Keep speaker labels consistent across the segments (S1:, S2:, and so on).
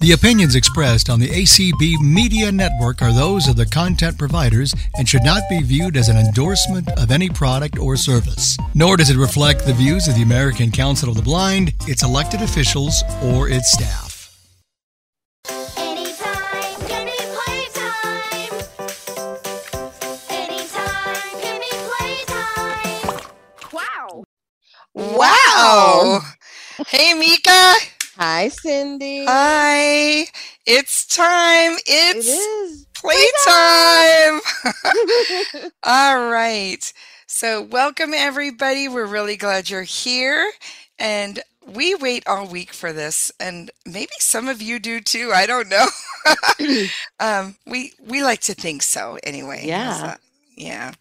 S1: The opinions expressed on the ACB Media Network are those of the content providers and should not be viewed as an endorsement of any product or service. Nor does it reflect the views of the American Council of the Blind, its elected officials, or its staff.
S2: Anytime can be playtime. Anytime can be playtime.
S3: Wow.
S4: Wow. Hey, Mika.
S3: Hi, Cindy.
S4: Hi. It's time.
S3: it
S4: It's
S3: is.
S4: playtime. All right. So, welcome everybody. We're really glad you're here. And we wait all week for this, and maybe some of you do too. I don't know. um, we we like to think so, anyway. How's
S3: Yeah.
S4: that? yeah.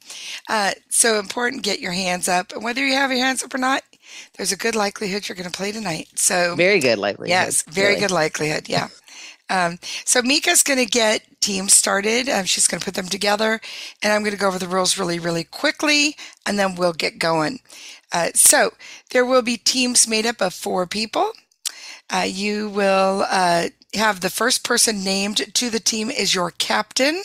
S4: Uh, so important. Get your hands up, and whether you have your hands up or not, there's a good likelihood you're going to play tonight. So
S3: very good likelihood.
S4: Yes, very
S3: really.
S4: good likelihood. Yeah. Um, so Mika's going to get teams started. Um, she's going to put them together, and I'm going to go over the rules really, really quickly, and then we'll get going. Uh, so there will be teams made up of four people. Uh, you will uh, have the first person named to the team is your captain.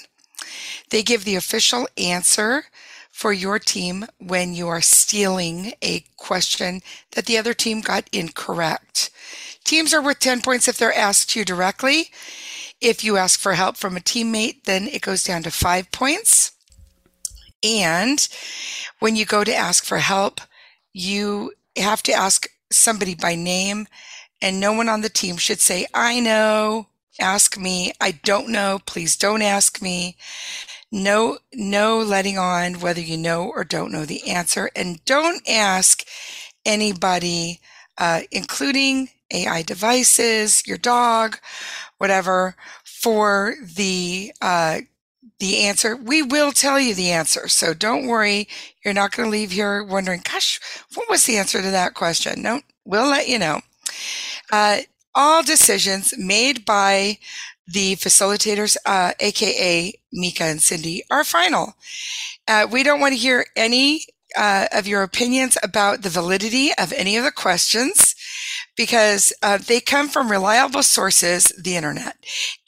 S4: They give the official answer for your team when you are stealing a question that the other team got incorrect. Teams are worth 10 points if they're asked you directly. If you ask for help from a teammate, then it goes down to five points. And when you go to ask for help, you have to ask somebody by name, and no one on the team should say, I know, ask me, I don't know, please don't ask me. No, no letting on whether you know or don't know the answer, and don't ask anybody, uh, including AI devices, your dog, whatever, for the uh, the answer. We will tell you the answer, so don't worry. You're not going to leave here wondering, "Gosh, what was the answer to that question?" No, we'll let you know. Uh, all decisions made by the facilitators, uh, aka Mika and Cindy, are final. Uh, we don't want to hear any uh, of your opinions about the validity of any of the questions because uh, they come from reliable sources, the internet.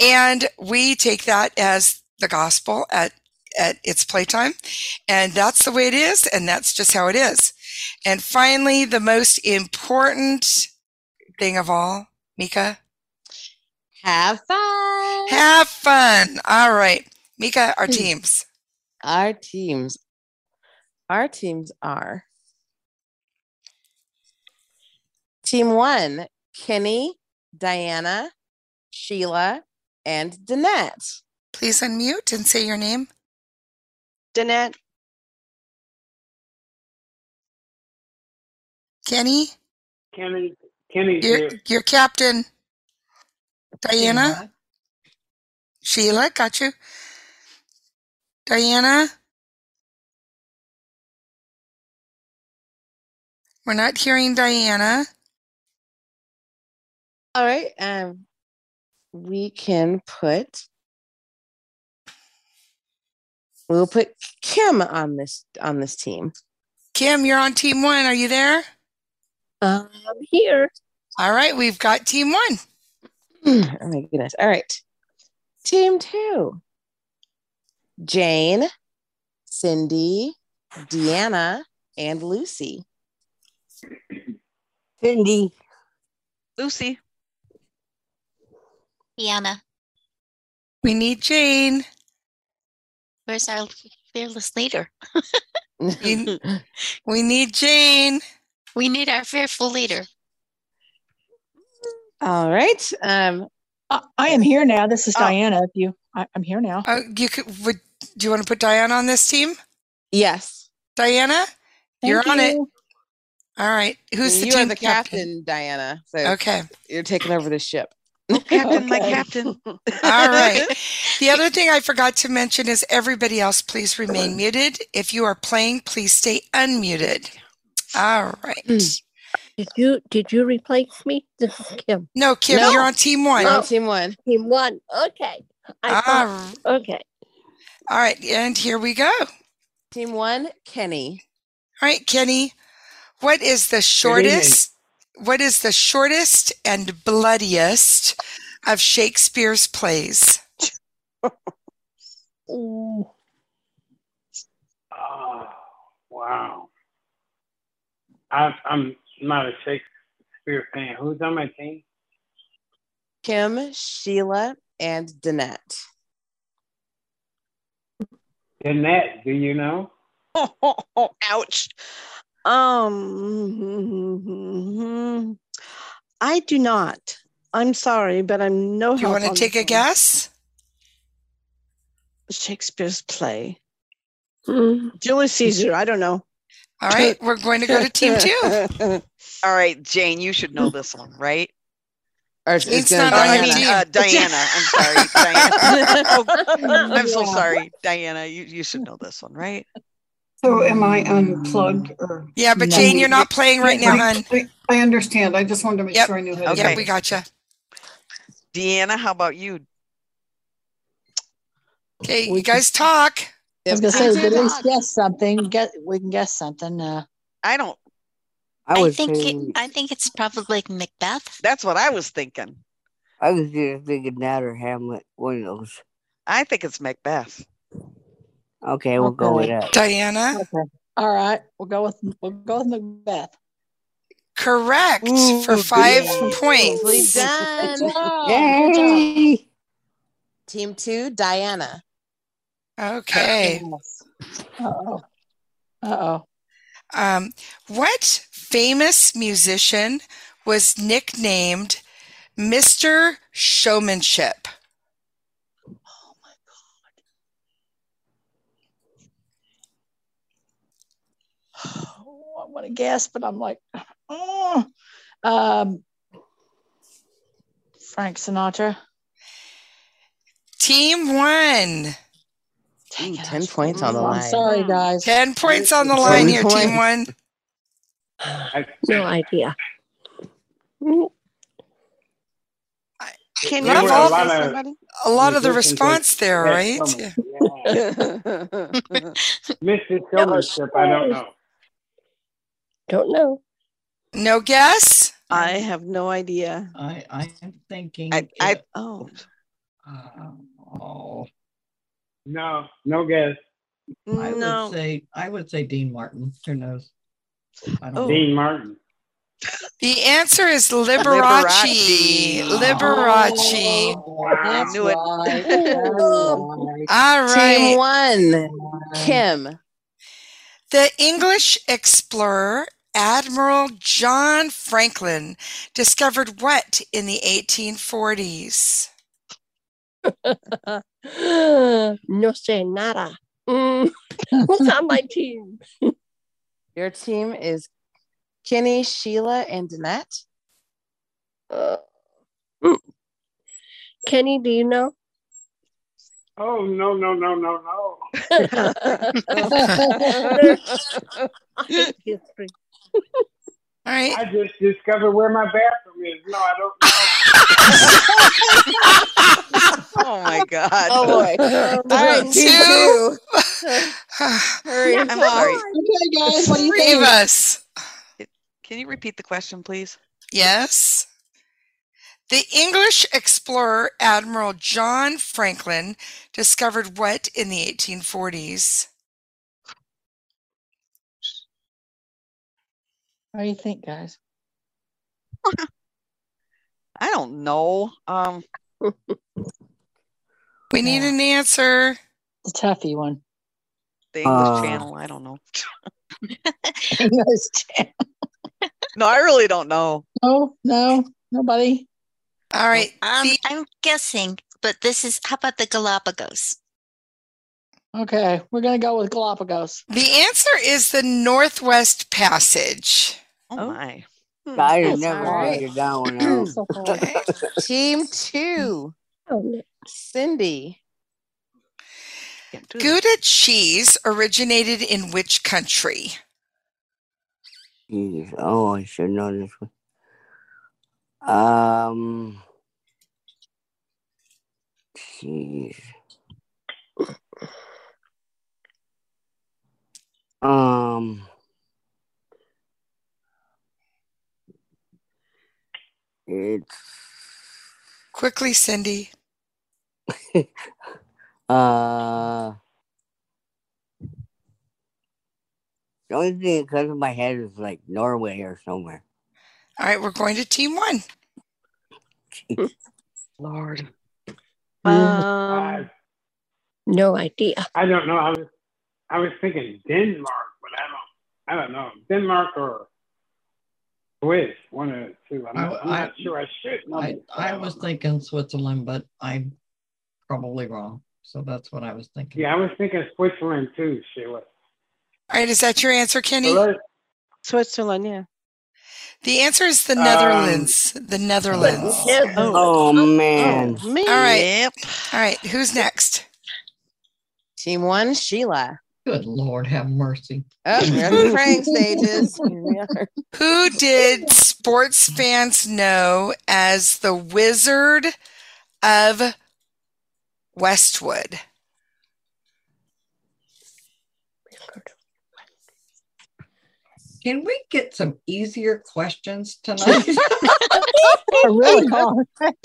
S4: And we take that as the gospel at, at its playtime. And that's the way it is. And that's just how it is. And finally, the most important thing of all, Mika,
S3: Have fun.
S4: have fun. All right. Mika, our teams.
S3: Hmm. Our teams. Our teams are Team One, Kenny, Diana, Sheila, and Danette.
S4: Please unmute and say your name.
S5: Danette,
S4: Kenny,
S6: Kenny, Kenny's
S4: your,
S6: here.
S4: your captain. Diana? Sheila, got you. Diana? We're not hearing Diana.
S3: All right. Um, we can put. We'll put Kim on this on this team.
S4: Kim, you're on team one. Are you there?
S3: Um, here.
S4: All right, we've got team one.
S3: oh my goodness. All right. Team two Jane, Cindy, Deanna, and Lucy.
S7: Cindy,
S5: Lucy,
S2: Deanna,
S4: We need Jane.
S2: where's our fearless leader?
S4: You- We need Jane.
S2: We need our fearful leader.
S3: All right. Um,
S8: I, I am here now. This is
S3: Oh.
S8: Diana. If you, I, I'm here now.
S4: Oh, you could, would, do you want to put Diana on this team?
S3: yes.
S4: Diana? You're
S8: Thank
S4: on it.
S8: you.
S4: All right. Who's the
S3: you
S4: team
S3: are the captain, Diana. So
S4: Okay.
S3: you're taking over the ship.
S5: Captain, my
S8: Okay.
S5: captain.
S4: All right. The other thing I forgot to mention is everybody else, please remain muted. If you are playing, please stay unmuted. All
S3: Hmm.
S4: right.
S7: did you did you replace me? This is Kim.
S4: No, Kim,
S3: No.
S4: you're on team one.
S3: You're
S8: Oh.
S4: All
S3: on team one.
S7: Team one. Okay. I thought,
S4: r-
S7: okay.
S4: all right. And here we go. All
S3: Team one, Kenny.
S4: right, Kenny, what is the shortest? What is the shortest and bloodiest of Shakespeare's plays?
S7: Ooh,
S6: Oh, wow. I, I'm not a Shakespeare fan. Who's on my team?
S3: Kim, Sheila, and Danette.
S6: Danette, do you know?
S5: Ouch. Um, I do not. I'm sorry, but I'm no.
S4: Do you
S5: help
S4: want to
S5: on
S4: take
S5: this
S4: a
S5: one.
S4: guess?
S5: Shakespeare's play.
S7: mm,
S5: Julius Caesar. I don't know.
S4: All right, we're going to go to team two.
S9: All right, Jane, you should know this one, right?
S3: Or it's
S4: It's
S3: gonna
S4: not on
S3: be
S4: your
S9: I
S3: Diana.
S9: mean,
S4: team.
S9: uh, Diana. I'm sorry, Diana. Oh, I'm so sorry, Diana. You you should know this one, right?
S10: So am I unplugged or?
S4: Yeah, but
S10: No.
S4: Jane, you're not playing right now, hon.
S10: I I understand. I just wanted to make
S4: Yep.
S10: sure I knew. how to
S4: Yeah,
S9: Okay.
S10: do
S4: we
S10: it.
S4: gotcha.
S9: Deanna, how about you?
S4: Okay, you guys talk.
S8: I was gonna
S2: I
S8: say, we could
S2: did
S8: at least
S2: not.
S8: guess something. Get we can guess something. Uh,
S9: I don't.
S11: I
S2: I
S11: was
S2: think it,
S11: thinking,
S2: I think it's probably Macbeth.
S9: That's what I was thinking.
S11: I was either thinking that or Hamlet, one of those.
S9: I think it's Macbeth.
S11: Okay, we'll go with
S8: Okay.
S11: that.
S4: Diana,
S8: okay. All right, we'll go with we'll go with Macbeth.
S4: correct for
S9: Ooh,
S4: five
S9: good.
S4: points.
S3: Nicely done.
S8: Good job.
S11: Yay!
S3: Team two, Diana.
S4: Okay.
S8: Uh oh. Uh oh.
S4: Um, what famous musician was nicknamed Mr. Showmanship?
S8: Oh, I want to guess, but I'm like, oh. um, Frank Sinatra.
S4: Team one.
S5: Dang it, I
S3: Ten
S5: was-
S3: points on the
S8: I'm
S3: line.
S8: sorry, guys.
S4: 10 points on the line here, team
S3: points.
S4: one.
S6: I,
S7: no idea. Mm,
S5: Can
S4: Love
S5: you
S4: all
S5: say
S6: the-
S5: somebody?
S4: A lot of the
S6: Musicians are-
S4: response there, right?
S6: Yeah. Mr. Showmanship, I don't know.
S7: Don't know.
S4: No guess?
S5: I have no idea.
S12: I I'm thinking.
S9: I- I-
S12: it- uh,
S5: Oh,
S12: oh,
S6: No, no guess.
S12: I
S5: no.
S12: would say I would say Dean Martin. Who knows? I don't.
S5: Oh.
S12: know.
S6: Dean Martin.
S4: The answer is Liberace.
S9: Liberace.
S4: Liberace.
S9: I
S8: That's
S9: knew it.
S8: right. That's
S4: All right.
S3: Team one,
S8: right.
S3: Kim.
S4: The English explorer Admiral John Franklin discovered what in the 1840s?
S7: no say nada. Mm, Who's on my team?
S3: Your team is Kenny, Sheila, and Danette.
S7: Uh, mm. Kenny, do you know?
S6: Oh, no, no, no, no, no.
S7: History.
S4: All right.
S6: I just discovered where my bathroom is. No, I don't know.
S9: Oh my God.
S3: Oh boy. All right, team two.
S4: Two.
S3: Hurry
S9: I'm sorry.
S8: Okay, guys, what do you
S4: Three of
S8: think?
S4: us.
S9: Can you repeat the question, please?
S4: Yes. The English explorer Admiral John Franklin discovered what in the 1840s?
S8: What do you think, guys?
S9: I don't know. Um,
S4: We need an answer.
S8: The toughy one.
S9: the English
S11: Uh.
S9: Channel. I don't know.
S8: no,
S9: No, I really don't know.
S8: no, nobody.
S4: All right.
S2: Um,
S4: The-
S2: I'm guessing, but this is how about the Galapagos?
S8: Okay, we're gonna go with Galapagos.
S4: The answer is the Northwest Passage.
S9: Oh,
S5: Oh.
S9: my.
S4: Hmm,
S3: Hmm.
S11: I
S8: That's
S11: never
S3: all right.
S11: figured that one out.
S8: So far.
S3: Team two,
S7: Oh,
S3: Cindy.
S9: Can't do that.
S4: Gouda cheese originated in which country?
S11: Jeez. Oh, I should know this one. Um. Jeez. Um. It's
S4: Quickly, Cindy.
S11: Uh, the only thing that comes to my head is like Norway or somewhere.
S4: All right, we're going to team one.
S11: Lord.
S7: Um, no idea.
S6: I don't know. I was I was thinking Denmark, but I don't I don't know Denmark or Swiss, one of the two. I'm, not- I'm
S12: I-
S6: not sure I should. know.
S12: I, I was thinking Switzerland, but I'm probably wrong. So that's what I was thinking.
S6: yeah, I was thinking Switzerland too, Sheila.
S4: All right, is that your answer, Kenny?
S3: Switzerland, yeah.
S4: The answer is the
S11: Um,
S4: Netherlands. The Netherlands.
S11: Oh, man.
S4: All right. All right. Who's next?
S3: Team one, Sheila.
S12: Good Lord, have mercy.
S9: Oh,
S12: there's the Frank
S9: stages.
S4: Who did sports fans know as the Wizard of Westwood?
S12: Can we get some easier questions tonight?
S8: I really are.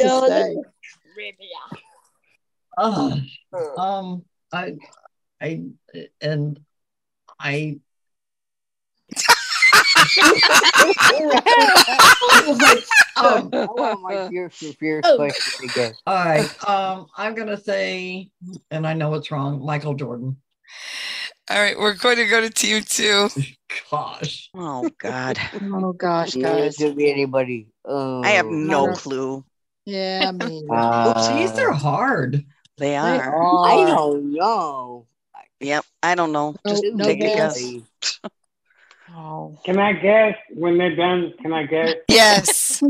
S12: No,
S8: Say.
S12: Ugh.
S8: Hmm.
S12: um, I, I, and I.
S11: Um, I want my dear fear
S12: Oh.
S11: question again.
S12: All right. Um, I'm gonna say, and I know it's wrong. Michael Jordan.
S4: All right, we're going to go to team two.
S12: Gosh.
S9: Oh God.
S3: Oh gosh,
S11: Yeah, it
S3: guys.
S11: could be anybody.
S9: I have
S11: Oh,
S9: no
S3: no.
S9: clue.
S8: Yeah, me.
S11: uh,
S12: Oopsies, they're hard.
S9: They are.
S11: I don't know.
S9: Yep. I don't know. Just
S8: No- no
S9: take a
S8: guess.
S9: guess.
S8: Oh.
S6: Can I guess when they're done? Can I guess?
S4: Yes.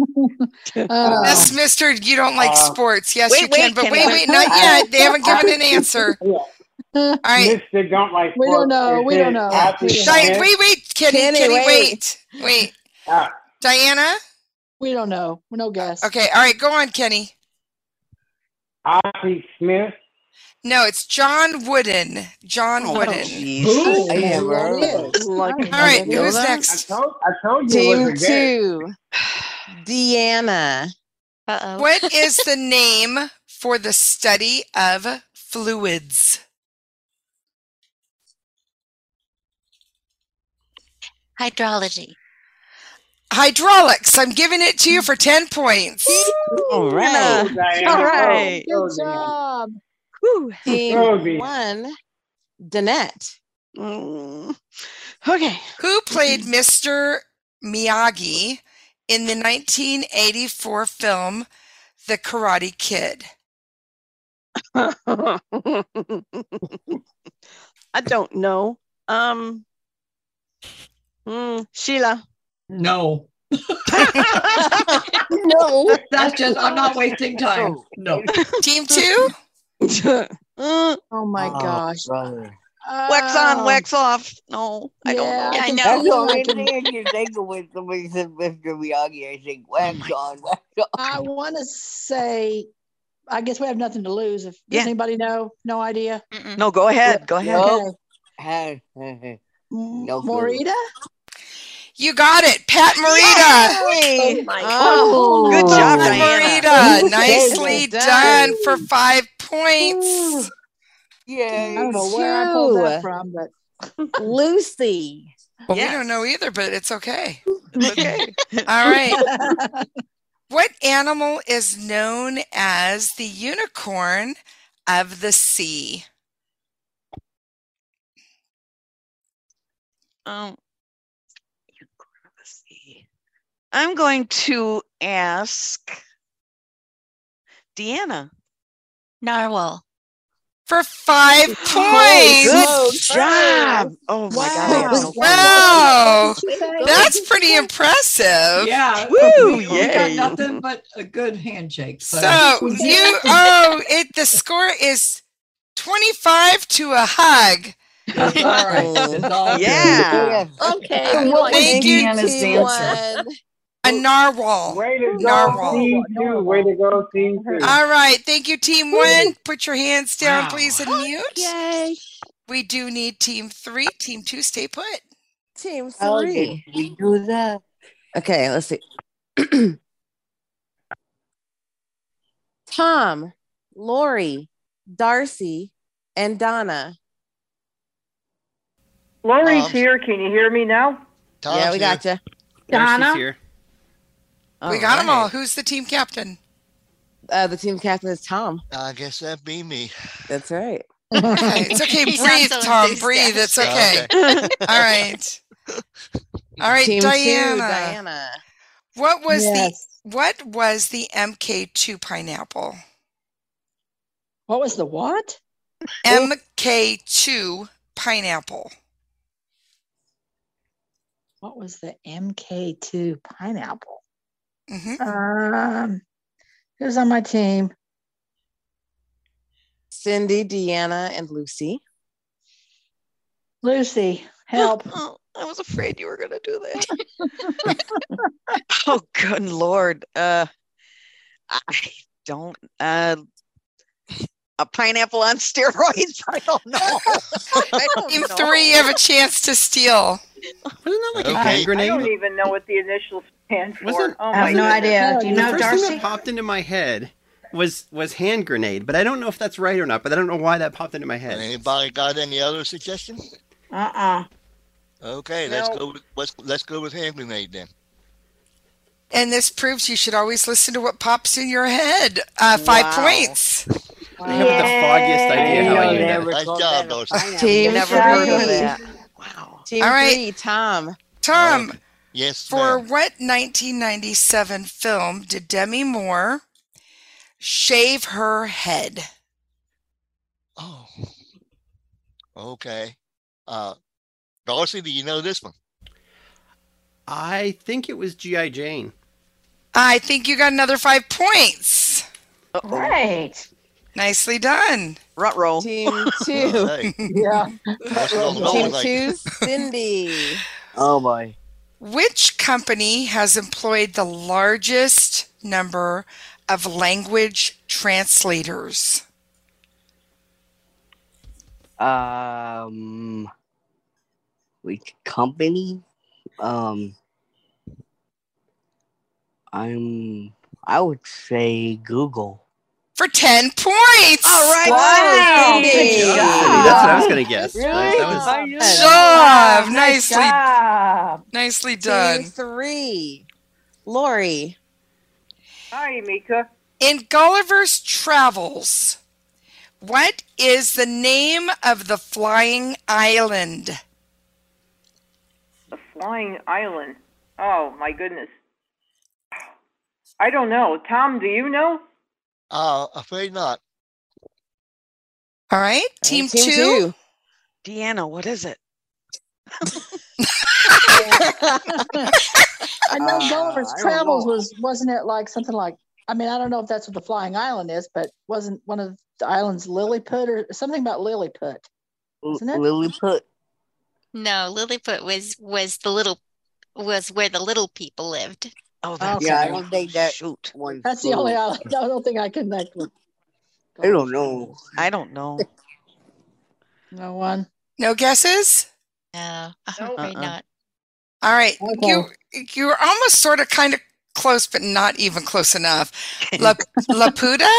S8: Uh,
S4: yes, mister, you don't like
S6: Uh,
S4: sports. Yes,
S9: wait,
S4: you can,
S9: wait,
S4: but
S9: Kenny,
S4: wait,
S9: wait.
S4: wait, not yet. They haven't given an answer.
S6: Yeah.
S4: All right.
S6: Mister don't like
S8: We don't
S6: sports.
S8: know,
S6: Is
S8: we don't
S6: it
S8: know.
S6: Happy
S8: We don't know.
S6: Smith?
S4: Di- wait, wait, Kenny,
S9: Kenny,
S4: Kenny,
S9: wait.
S4: wait. Wait.
S6: Ah,
S4: Diana?
S8: we don't know. No guess.
S4: Okay, all right, go on, Kenny.
S6: Ozzie Smith.
S4: No, it's John Wooden. John
S9: Oh,
S4: Wooden.
S9: jeez.
S11: I never heard of it.
S9: Like,
S4: All right,
S3: I know
S4: who's
S3: that.
S6: I
S4: next?
S6: told I told you it
S3: Team
S6: was a guess.
S3: two, Deanna.
S2: Uh-oh.
S4: What is the name for the study of fluids?
S2: Hydrology.
S4: Hydraulics. I'm giving it to you for 10 points.
S9: All right.
S6: Diana.
S9: All
S6: Oh,
S9: right.
S8: Good
S6: oh, Diana.
S8: job.
S9: Whew.
S3: Team
S6: Rosie.
S3: one, Danette.
S5: Mm. Okay.
S4: Who played Mr. Miyagi in the 1984 film The Karate Kid?
S5: I don't know. Um,
S9: hmm,
S5: mm, Sheila.
S12: No,
S7: No.
S12: that's just. I'm not wasting time. No.
S4: Team two?
S5: Mm,
S8: Oh my
S11: Oh,
S8: gosh.
S11: brother.
S9: Uh, Wax on,
S8: Oh.
S9: wax off. No, I don't
S8: Yeah,
S9: know.
S8: I
S2: I
S8: can-
S11: That's
S2: know.
S11: the only
S8: I can-
S11: thing I can think of when somebody said Mr. Miyagi. I
S9: Oh
S11: think wax on, wax on.
S8: I want to say, I guess we have nothing to lose. If
S9: Yeah.
S8: does anybody know, no idea.
S2: Mm-mm.
S9: No, go ahead. Go ahead.
S11: Nope. Ha- ha- ha.
S8: M-
S11: No clue.
S8: Morita.
S4: You got it. Pat Morita.
S9: Hey.
S7: Oh my
S5: Oh.
S9: Good job,
S4: Pat
S9: Diana.
S4: Morita.
S11: Ooh,
S4: Nicely
S5: well
S4: done
S5: done.
S4: for five points.
S8: I
S11: Yay.
S8: don't know where I pulled that
S5: Two.
S8: from, but
S5: Lucy.
S4: Well, we
S9: Yes.
S4: don't know either, but it's okay.
S9: Okay.
S4: All right. what animal is known as the unicorn of the sea?
S9: Um, you grab a seat. I'm going to ask Deanna.
S2: Narwhal.
S4: For five points.
S9: Good job. Oh my God. I have no clue.
S4: Wow.
S8: She said-
S4: Oh, That's pretty impressive.
S12: Yeah.
S9: Woo,
S12: We, we got
S9: yay.
S12: nothing but a good handshake. So,
S4: So you oh it the score is 25 to a hug.
S12: it's all right. It's all good.
S9: Yeah.
S7: Okay.
S10: So what was
S4: Thank you,
S10: Deanna's
S4: team
S10: answer?
S4: A narwhal.
S6: Way to go,
S4: Narwhal.
S6: team two. Way to go, team two.
S4: All right. Thank you, team one. Put your hands down,
S12: Wow.
S4: please, and mute.
S5: Yay.
S4: We do need team three. Team two, stay put.
S5: Team
S11: How did
S5: three.
S11: we do that? Okay, let's see.
S3: Tom, Lori, Darcy, and Donna.
S13: Lori's here. Can you hear me now?
S3: yeah, we Oh, got you.
S13: Donna? here.
S4: we got them all. Who's the team captain?
S3: Uh, the team captain is Tom.
S14: I guess that'd be me.
S3: That's right.
S4: Okay, it's okay.
S3: He
S4: breathe,
S3: sounds so
S4: Tom. Breathe. It's okay.
S3: enthusiastic. Oh, okay.
S4: All right. All right,
S3: Team two,
S4: Diana.
S3: Diana.
S4: What was
S8: Yes.
S4: the what was the MK2 pineapple?
S8: What was the what?
S4: MK2 pineapple.
S8: What was the MK2 pineapple?
S4: Mhm.
S8: Um, who's on my team?
S3: Cindy, Deanna, and Lucy.
S8: Lucy, help.
S9: Oh, I was afraid you were going to do that. oh, good lord. Uh, I don't. Uh, a pineapple on steroids? I don't know. I don't
S4: Team
S9: know.
S4: three have a chance to
S9: a
S4: steal.
S13: I-
S15: hand grenade?
S13: I don't even know what the initials stand for.
S15: Wasn't-
S13: oh
S15: I
S13: my
S15: have no
S13: goodness.
S15: idea. Do you know, Darcy? popped into my head was was hand grenade, but I don't know if that's right or not. But I don't know why that popped into my head.
S14: Anybody got any other suggestions?
S13: Uh-uh.
S14: Okay, let's
S4: No.
S14: go. With, let's let's go with hand grenade then.
S4: And this proves you should always listen to what pops in your head. Uh, five
S14: Wow.
S4: points.
S15: I have the foggiest idea how I knew that.
S14: Nice job, Darcy.
S3: Team
S4: Never
S3: three.
S4: heard of that.
S3: Team
S4: All right.
S3: three, Tom.
S4: Tom,
S14: Yes.
S4: For
S14: ma'am.
S4: what 1997 film did Demi Moore shave her head?
S14: Oh. Okay. Uh, Darcy, do you know this one?
S15: I think it was GI Jane.
S4: I think you got another five points.
S13: Right.
S4: Nicely done.
S9: Rut roll.
S3: Team two.
S14: Hey.
S3: yeah.
S14: That's what I'm
S3: Team
S14: going like.
S3: two, Cindy.
S11: Oh boy.
S4: Which company has employed the largest number of language translators?
S11: Um, which company? Um, I'm. I would say Google.
S4: For 10 points. All
S3: right.
S4: Wow.
S11: Cindy.
S4: Good
S15: Hey, that's what I was gonna guess.
S4: Really?
S15: That was-
S4: Good job.
S3: Nice
S4: Nicely,
S13: job.
S4: nicely done.
S3: Team three, Lori.
S13: Hi, Mika.
S4: In Gulliver's Travels, what is the name of the flying island?
S13: The Flying Island. Oh my goodness. I don't know. Tom, do you know?
S14: Uh, afraid not.
S4: All right, team,
S9: team
S4: two.
S9: Deanna, what is it?
S8: I know
S9: Uh,
S8: Gulliver's
S9: I don't
S8: Travels
S9: know.
S8: was wasn't it like something like I mean I don't know if that's what the flying island is, but wasn't one of the islands Lilliput or something about Lilliput? Isn't it?
S11: Lilliput.
S2: No, Lilliput was was the little was where the little people lived.
S9: Oh,
S8: that's
S11: yeah, I
S8: it.
S11: don't think that one.
S8: That's the only island I don't think I connect with.
S11: I don't know.
S9: I don't know.
S8: No one.
S2: Oh,
S4: No guesses?
S2: No, I'm afraid
S9: Uh-uh.
S2: not.
S4: All right,
S8: Okay.
S4: you you were almost sort of kind of close, but not even close enough. La, Laputa,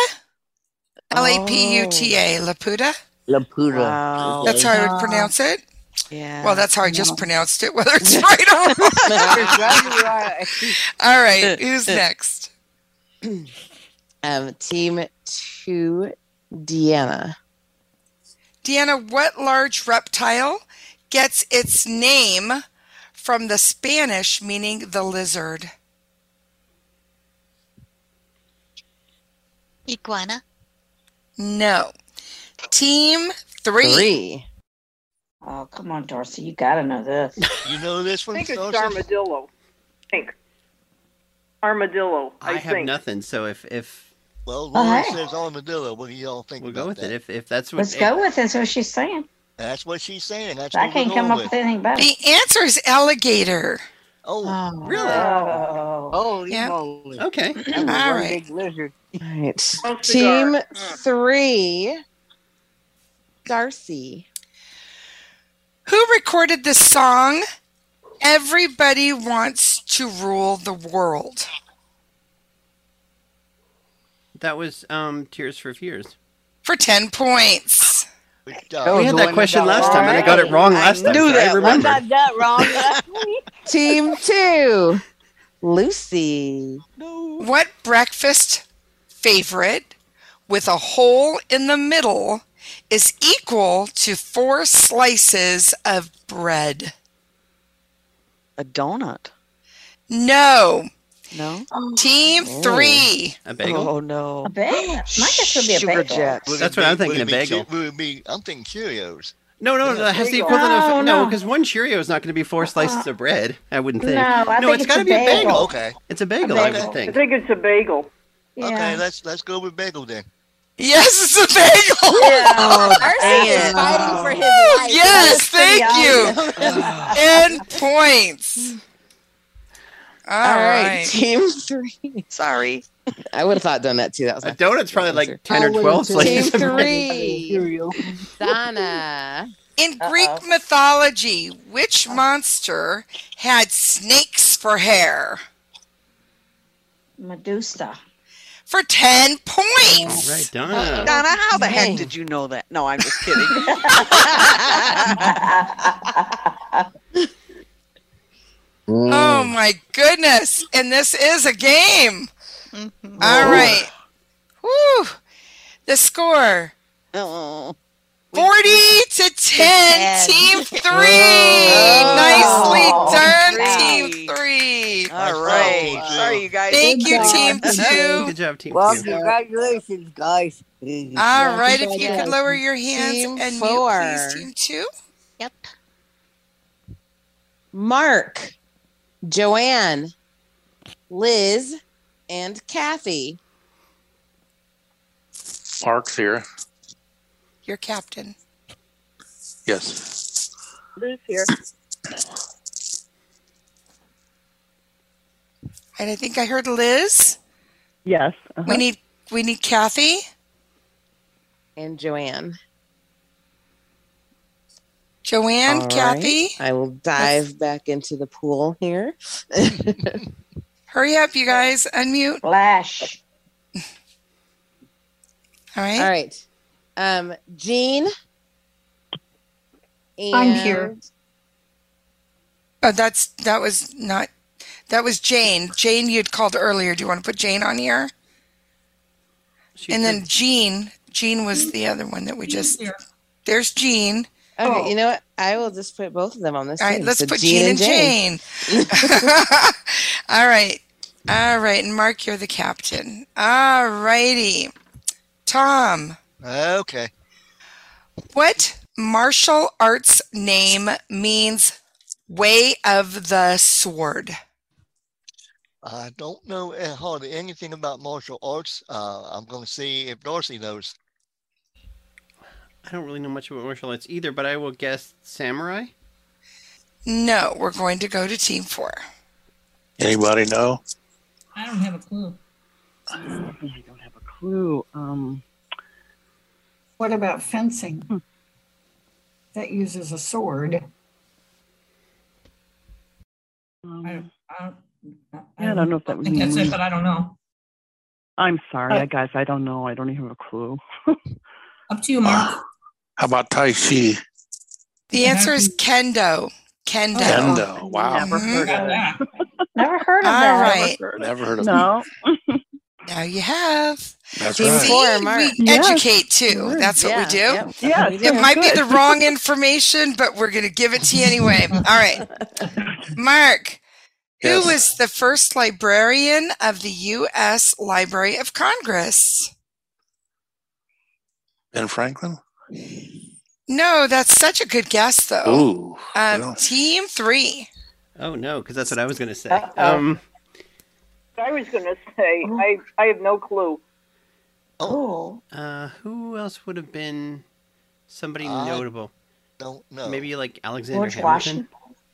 S4: L A P U T A, Laputa.
S11: Laputa. Oh,
S9: Wow.
S4: That's how I would
S9: Ah.
S4: pronounce it.
S9: Yeah.
S4: Well, that's how I just pronounced it, whether it's right or wrong. All right, who's next?
S3: Um, team two, Deanna.
S4: Deanna, what large reptile gets its name from the Spanish meaning the lizard?
S2: Iguana.
S4: No. Team three.
S13: Oh, come on, Darcy. You got to know this.
S14: You know this
S13: I
S14: one,
S13: think it's
S14: Darcy?
S13: armadillo. I think. Armadillo. I,
S15: I have
S13: think.
S15: nothing. So if if
S14: Well,
S13: All
S14: Lori
S13: right.
S14: says armadillo. What do y'all think?
S15: we'll
S14: about
S15: go with
S14: that?
S15: it, if if that's what
S13: Let's go with it. That's what she's saying.
S14: That's what she's saying. That's
S13: I
S14: what we're
S13: can't come
S14: going
S13: up
S14: with.
S13: with anything better.
S4: The answer is alligator.
S14: Oh,
S13: Oh.
S11: Holy
S4: Yeah.
S11: moly.
S15: Okay.
S11: That was
S4: All
S11: one
S4: right.
S11: big lizard.
S3: All right.
S13: No
S3: Team
S13: cigar.
S3: three, Darcy.
S4: Who recorded the song Everybody Wants to Rule the World?
S15: That was um, Tears for Fears.
S4: for 10 points.
S15: we had that question last time, and I got it wrong last time. so I remember.
S4: that wrong.
S3: Team two, Lucy.
S4: What breakfast favorite with a hole in the middle is equal to four slices of bread?
S9: A donut.
S4: No.
S9: No.
S4: Team three.
S15: A bagel?
S9: Oh no.
S13: A bagel. My guess would be a
S9: Sugar
S13: bagel.
S9: jet.
S14: Would it
S15: That's what I'm
S14: be-
S15: thinking,
S14: would it
S15: a
S14: be Che-
S15: bagel.
S14: Would it be, I'm thinking Cheerios.
S15: No, no,
S14: Yeah,
S15: that has the
S14: bagel.
S15: equivalent
S14: No,
S15: of no,
S14: no.
S15: because one Cheerio is not going to be four slices of bread. I wouldn't think.
S14: No, I think
S15: it's
S14: it's
S15: got to
S14: a
S15: be a
S14: bagel.
S15: bagel.
S14: Okay.
S15: it's a bagel, I
S14: bagel.
S15: would think.
S16: think it's a bagel.
S14: Okay, let's let's go with bagel then.
S4: Yes, it's a bagel.
S3: Oh,
S4: Oh,
S16: is fighting for his life.
S4: Yes,
S16: That
S4: thank you.
S16: was pretty obvious.
S4: Ten points.
S3: All
S4: All
S3: right,
S4: right.
S3: team three.
S9: Sorry.
S3: I would have thought donut too. That was
S15: A donut's probably like 10 or
S3: I
S15: 12
S3: wouldn't do it.
S15: slices.
S3: Team
S15: of bread.
S3: three.
S4: Donna. In Greek mythology, which monster had snakes for hair?
S13: Medusa.
S4: For 10 points.
S15: All right, Donna.
S9: Donna, how the heck did you know that? No, I'm just kidding.
S4: Oh
S8: Mm.
S4: my goodness. And this is a game.
S9: Mm-hmm.
S4: All right. Woo. The score.
S9: Oh.
S4: 40 to 10, team 3.
S9: Oh.
S4: Nicely done,
S9: Wow.
S4: team 3.
S9: Oh. All right. Sorry, you guys.
S4: Thank you, team 2.
S15: Good job, team
S11: Well,
S15: two.
S11: congratulations, guys.
S4: All right, if you could lower your hands
S3: Team
S4: and
S3: four.
S4: mute, please, team two.
S2: Yep.
S3: Mark, Joanne, Liz, and Kathy.
S17: Mark's here.
S4: Your captain.
S17: Yes.
S4: Liz here. And I think I heard Liz.
S18: Yes.
S19: uh-huh.
S4: We need we need Kathy.
S3: And Joanne.
S4: Joanne,
S3: All
S4: Kathy.
S3: right, I will dive back into the pool here.
S4: Hurry up, you guys. Unmute.
S13: Flash.
S4: All right.
S3: All right. Um, Jean.
S10: I'm here.
S3: and-
S4: Oh, that's that was not that was Jane. Jane you'd called earlier. Do you want to put Jane on here? and then Jean. Jean was the other one that we just there's Jean. Oh.
S3: Okay, you know what? I will just put both of them on this.
S4: All right,
S3: team.
S4: let's
S3: So
S4: put Jean, and Jane. All right. All right. And Mark, you're the captain. All righty. Tom,
S14: Okay.
S4: what martial arts name means way of the sword?
S14: I don't know uh, hardly anything about martial arts. Uh, I'm going to see if Darcy knows.
S15: I don't really know much about martial arts either, but I will guess samurai.
S4: No, we're going to go to team four.
S17: Anybody know?
S18: I don't have a clue.
S10: I don't have a clue. Um, what about fencing? That uses a sword.
S18: I don't, I don't,
S10: Um, Yeah, I don't know if that was
S18: think that's
S10: me.
S18: it, but I don't know.
S10: I'm sorry,
S18: Uh,
S10: I guys. I don't know. I don't even have a clue.
S18: Up to you, Mark.
S17: How about Tai Chi?
S4: The answer is kendo. Kendo.
S17: Kendo. Wow.
S4: Never heard of
S18: it.
S4: Never heard
S18: of that.
S4: All right.
S17: Never heard of
S10: No.
S4: Now you have.
S17: That's
S4: You
S17: right.
S4: see,
S17: Four,
S3: Mark.
S4: we
S10: Yes.
S4: educate too. That's what we
S3: Yeah,
S4: do.
S3: yep. Yes,
S4: it
S3: yeah,
S4: might be
S3: good.
S4: the wrong information, but we're going to give it to you anyway. All right. Mark,
S17: Yes.
S4: who was the first librarian of the U.S. Library of Congress?
S17: Ben Franklin?
S4: No, that's such a good guess, though.
S15: Ooh,
S4: Um,
S15: well.
S4: Team three.
S15: Oh no, because that's what I was going to say.
S18: Uh-oh.
S15: Um,
S18: I was going to say, I, I have no clue.
S13: Oh.
S15: uh, who else would have been somebody
S14: I
S15: notable?
S14: Don't know.
S15: Maybe like Alexander
S13: George
S15: Hamilton,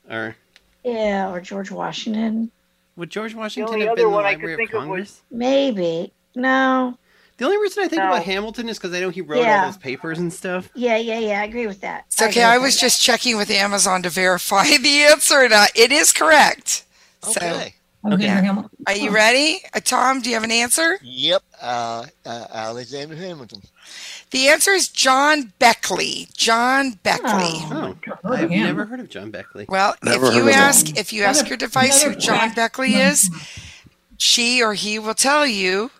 S15: or
S13: Yeah, or George Washington.
S15: would George
S18: The
S15: Washington
S18: only
S15: have
S18: other
S15: been the
S18: one I
S15: Library
S18: could
S15: of
S18: think of was
S15: Congress?
S13: Maybe. No.
S15: The only reason I think
S13: No.
S15: about Hamilton is because I know he wrote
S13: Yeah.
S15: all those papers and stuff.
S13: Yeah, yeah, yeah. I agree with that.
S4: It's okay. I was just checking with Amazon to verify the answer or not. It is correct. So,
S12: Okay, Hamilton.
S4: Are you ready? Uh, Tom, do you have an answer?
S14: Yep. Uh, uh, Alexander Hamilton.
S4: The answer is John Beckley. John Beckley.
S15: I've never heard of John Beckley. Oh,
S4: Well,
S15: Never
S4: if
S15: heard
S4: you
S15: of him.
S4: ask if you ask your device who
S15: another
S4: John
S15: black
S4: Beckley is, she or he will tell you.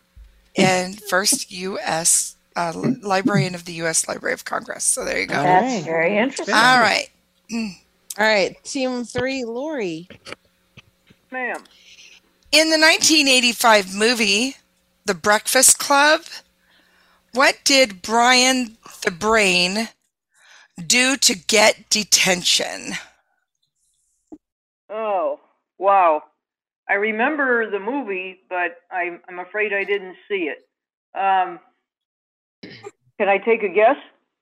S4: And first U.S. Uh, li- librarian of the U.S. Library of Congress. So there you go.
S3: That's All right. very interesting.
S4: All right, Mm.
S3: All right, team three, Lori.
S4: ma'am. In the 1985 movie The Breakfast Club, what did Brian the Brain do to get detention?
S18: Oh, wow. I remember the movie, but I'm, I'm afraid I didn't see it. Um, can I take a guess?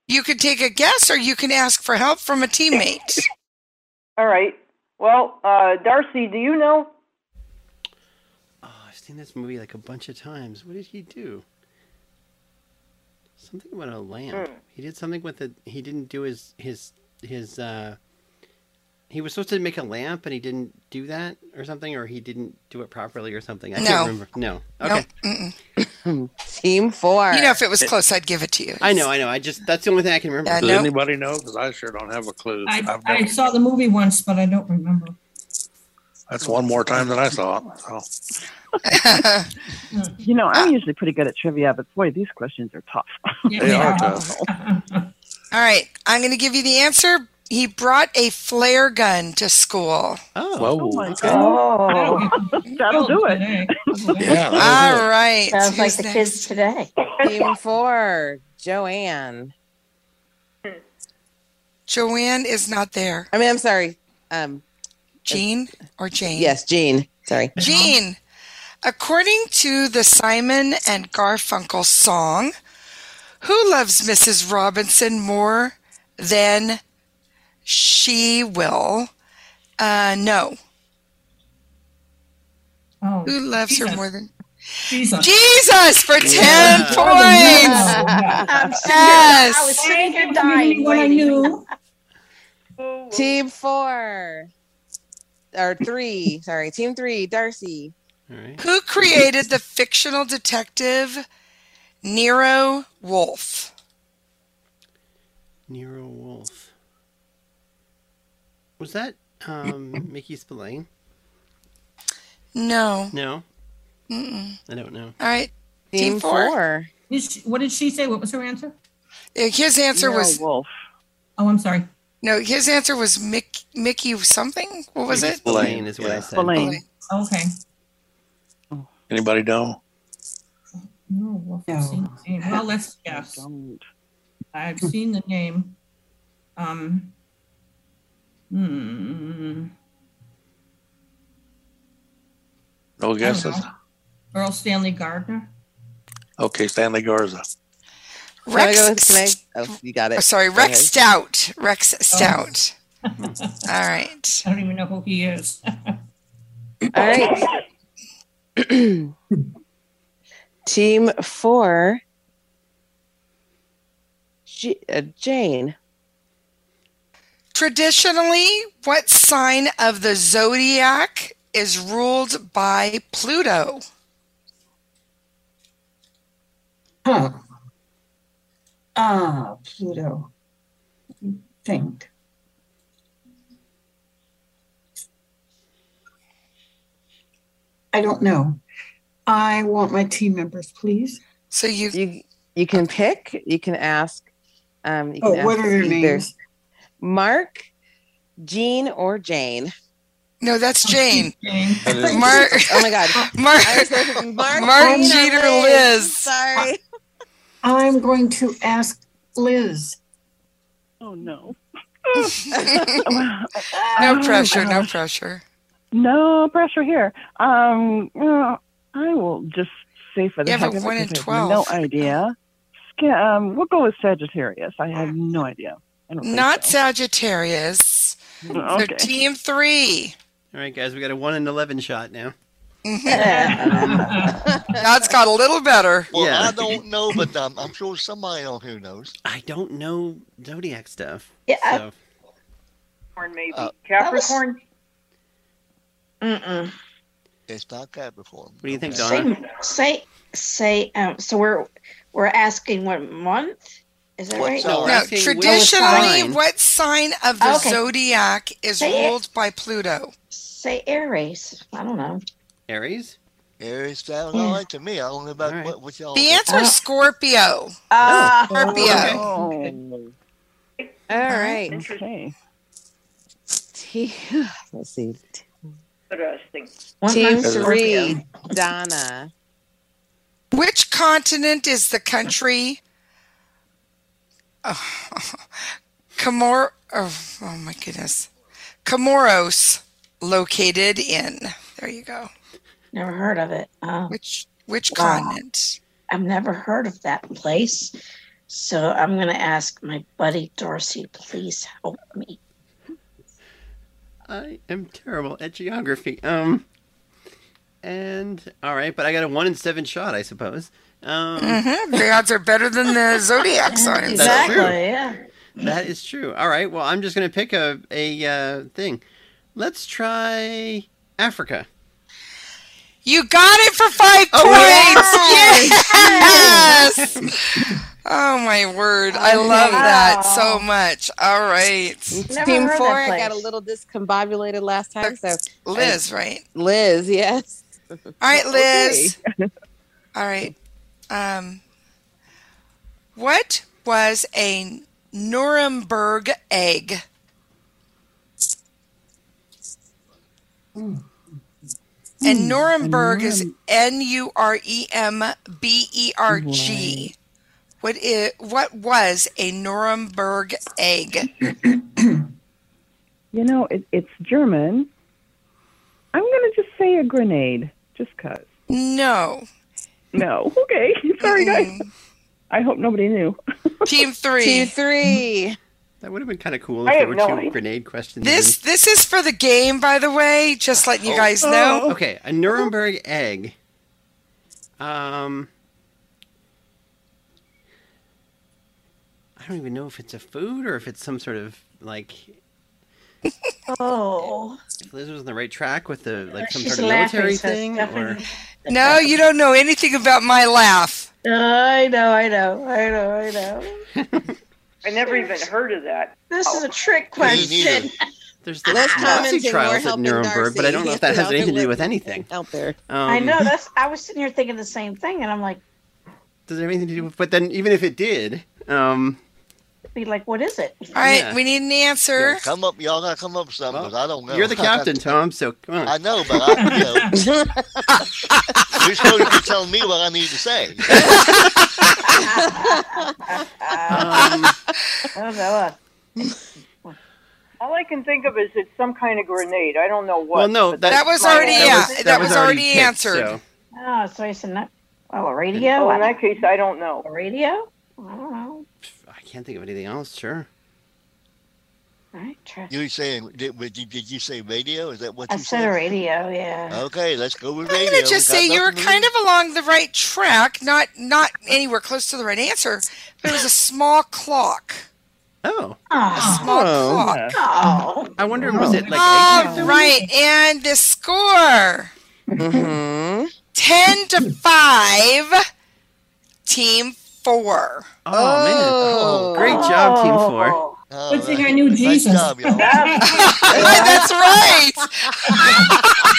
S4: You could take a guess or you can ask for help from a teammate.
S18: All right. Well, uh, Darcy, do you know?
S15: Oh, I've seen this movie like a bunch of times. What did he do? Something about a lamp.
S18: Hmm.
S15: He did something with the. He didn't do his his his. uh He was supposed to make a lamp and he didn't do that or something, or he didn't do it properly or something. I
S4: No.
S15: can't remember. No. Okay.
S3: Team four.
S4: You know, if it was close, I'd give it to you.
S15: I know. I know. I just that's the only thing I can remember.
S17: Does anybody know? Because I sure don't have a clue. I,
S15: I-
S17: have
S15: I
S17: never,
S15: saw-
S12: Saw the movie once, but I don't remember.
S17: that's one more time than I saw it. So.
S19: You know, I'm usually pretty good at trivia, but boy, these questions are tough.
S17: They are tough.
S4: All right, I'm going to give you the answer. He brought a flare gun to school.
S15: Oh,
S17: Whoa.
S18: Oh.
S19: that'll do it.
S17: Yeah.
S4: All right.
S3: Sounds like
S4: who's
S3: the
S4: next?
S3: kids today. Team four, Joanne.
S4: Joanne is not there.
S3: I mean, I'm sorry. Um,
S4: Jean or Jane?
S3: Yes, Jean. Sorry.
S4: Jean, according to the Simon and Garfunkel song, who loves Mrs. Robinson more than she will? Uh, no.
S10: Oh,
S4: Who loves her more than
S10: Jesus.
S4: Jesus for 10
S10: Yeah.
S4: points?
S10: I'm
S4: yes.
S16: I was sitting here
S10: Thank you for giving
S16: dying.
S10: me what I
S16: waiting.
S10: knew.
S3: Team four. Or three. Sorry. Team three, Darcy.
S4: Who created the fictional detective Nero Wolf?
S15: Nero Wolf. Was that um Mickey Spillane?
S4: No.
S15: No,
S4: Mm-mm.
S15: I don't know.
S4: All right.
S3: Team
S4: Team four.
S10: Is she- what did she say? What was her answer?
S4: Uh, His answer
S10: Nero
S4: was
S19: Wolf.
S10: Oh, I'm sorry.
S4: No, his answer was Mick, Mickey something. What was
S15: Mickey
S4: it?
S15: Spillane is what I said.
S10: Okay.
S17: Anybody know?
S10: No, well, I've seen the name. Well, let's guess. I've seen the name. Um.
S4: Mm-hmm.
S10: Hmm.
S17: No guesses?
S10: Earl Stanley Gardner.
S17: Okay, Stanley Garza.
S3: Can I
S4: Rex-
S3: go with- can I- Oh, you got it.
S4: Oh, sorry,
S3: Go
S4: Rex
S3: ahead.
S4: Stout.
S10: Oh.
S4: Rex Stout. All right.
S10: I don't even know who he is.
S3: All right. Team four, J- uh, Jane.
S4: Traditionally, what sign of the zodiac is ruled by Pluto?
S10: Huh. Ah, Pluto. Think. I don't know. I want my team members, please.
S4: So you
S3: you, you can pick. You can ask. Um, you
S10: Oh,
S3: can ask
S10: what are their
S3: either
S10: names?
S3: Mark, Jean, or Jane.
S4: No, that's Jane.
S3: is-
S4: Mark.
S3: Oh my God.
S4: Mark.
S3: I was going, Mark,
S4: Mark
S3: Jean, or
S4: Jeter
S3: Liz.
S4: Liz.
S3: Sorry.
S10: I'm going to ask Liz.
S19: Oh no.
S4: No
S10: Ah,
S19: Oh,
S4: pressure. No
S19: gosh.
S4: pressure.
S19: No pressure here. Um, uh, I will just say for the
S4: Yeah,
S19: heck
S4: but
S19: of it,
S4: one in
S19: 'cause I have
S4: 12.
S19: no idea. Sca- Um, we'll go with Sagittarius. I have no idea. I don't think
S4: Not
S19: so.
S4: Sagittarius.
S10: Oh,
S4: So
S19: Okay.
S4: team three.
S15: All right, guys, we got a one in eleven shot now. Mm-hmm.
S4: That's got a little better.
S15: Well, Yeah.
S14: I don't know, but um, I'm sure somebody on here knows.
S15: I don't know zodiac stuff.
S14: Yeah, I-
S15: so.
S18: Capricorn, maybe.
S14: Uh,
S18: Capricorn?
S13: Mm-mm.
S14: It's not that before. What
S15: do you think,
S13: Say,
S15: Donna?
S13: say, say. Um, so we're we're asking what month is that
S4: What
S13: right?
S4: sign? No, No, asking which traditionally, sign. what sign of the zodiac is ruled by Pluto?
S13: Say Aries. I don't know.
S15: Aries?
S14: Aries sounds all right to me. I don't know about what, what y'all.
S4: The answer
S13: Uh,
S4: is Oh, Scorpio.
S13: Ah.
S4: Scorpio.
S15: Oh.
S13: All right.
S3: Okay. Let's see.
S18: Interesting.
S3: Team
S4: Scorpio.
S3: three, Donna.
S4: Which continent is the country? uh, Comor. Oh, oh my goodness. Comoros located in. There you go.
S13: Never heard of it. Oh.
S4: Which which continent?
S13: I've never heard of that place. So I'm going to ask my buddy Dorsey, please help me.
S15: I am terrible at geography. Um, and all right, but I got a one in seven shot, I suppose. Um,
S4: Mhm, The odds are better than the zodiac signs.
S15: That's true. Exactly,
S13: yeah.
S15: That is true. All right. Well, I'm just going to pick a a uh, thing. Let's try Africa.
S4: You got it for five
S3: Oh,
S4: points. Yes. Oh my word. I love that so much. All right.
S3: Never Team heard four, that I got a place. little discombobulated last time. So uh,
S4: Liz, right? Uh,
S3: Liz, yes. All
S4: All right, Liz. All right. Um, what was a Nuremberg egg? And Nuremberg is N U R E M B E R G. What is what was a Nuremberg egg?
S19: You know, it, it's German. I'm going to just say a grenade, just 'cause.
S4: No.
S19: No. Okay. Sorry, guys. I hope nobody knew.
S4: Team three.
S3: Team three.
S15: That would have been kind of cool
S4: I
S15: if there
S4: have
S15: were
S4: no
S15: two
S4: idea.
S15: grenade questions.
S4: This this is for the game, by the way. Just letting
S15: Oh.
S4: you
S13: Oh.
S4: guys know.
S15: Okay, a Nuremberg egg. Um, I don't even know if it's a food or if it's some sort of like.
S13: Oh.
S15: If Liz was on the right track with the like some
S13: She's
S15: sort of
S13: laughing,
S15: military
S13: so it's
S15: thing, or
S13: definitely-
S4: No, you don't know anything about my laugh.
S13: I know, I know, I know, I know.
S18: I never even heard of that. Oh.
S13: This is a trick
S15: Me neither.
S13: question.
S15: there's the
S13: Less
S15: Nazi
S13: commenting, more
S15: trials at
S13: helping
S15: Nuremberg, but I don't know if that has
S13: Darcy.
S15: anything to do with anything. Um,
S3: Out there,
S13: I
S4: Um,
S13: know. That's. I was sitting here thinking the same thing, and I'm like,
S15: Does it have anything to do with? But then, even if it did, um,
S13: be like, what is it?
S4: All right,
S15: Yeah.
S4: we need an answer.
S14: Come up, y'all gotta come up with something 'cause I don't know.
S15: you're the captain, Tom. So come on.
S14: I know, but I, you know, you're supposed to tell me what I need to say.
S15: Um,
S13: Oh,
S18: All I can think of is it's some kind of grenade. I don't know what.
S15: Well, no, that,
S18: but that's my only-
S15: picked, so-
S13: Oh, so I said, not, well, a
S18: Oh,
S13: radio?
S18: in that case, I don't know.
S13: A radio? Oh, I don't know.
S15: I can't think of anything else. Sure.
S13: All right, try.
S14: You saying did, would you, did you say radio? Is that what
S13: I
S14: you
S13: said a radio, yeah.
S14: Okay, let's go with
S4: I'm
S14: radio.
S4: going to just
S14: Got
S4: say you were
S14: nothing to lose.
S4: kind of along the right track, not not anywhere close to the right answer, but it was a small clock.
S15: Oh.
S13: Oh.
S4: Small clock.
S3: Oh.
S15: I wonder, was it like?
S4: All right, and the score
S15: Mm-hmm.
S4: 10 to 5, Team 4.
S15: Oh, man. Oh, great job, Team Four.
S4: Good thing
S14: I
S4: knew
S14: Jesus. job, y'all.
S4: That's right.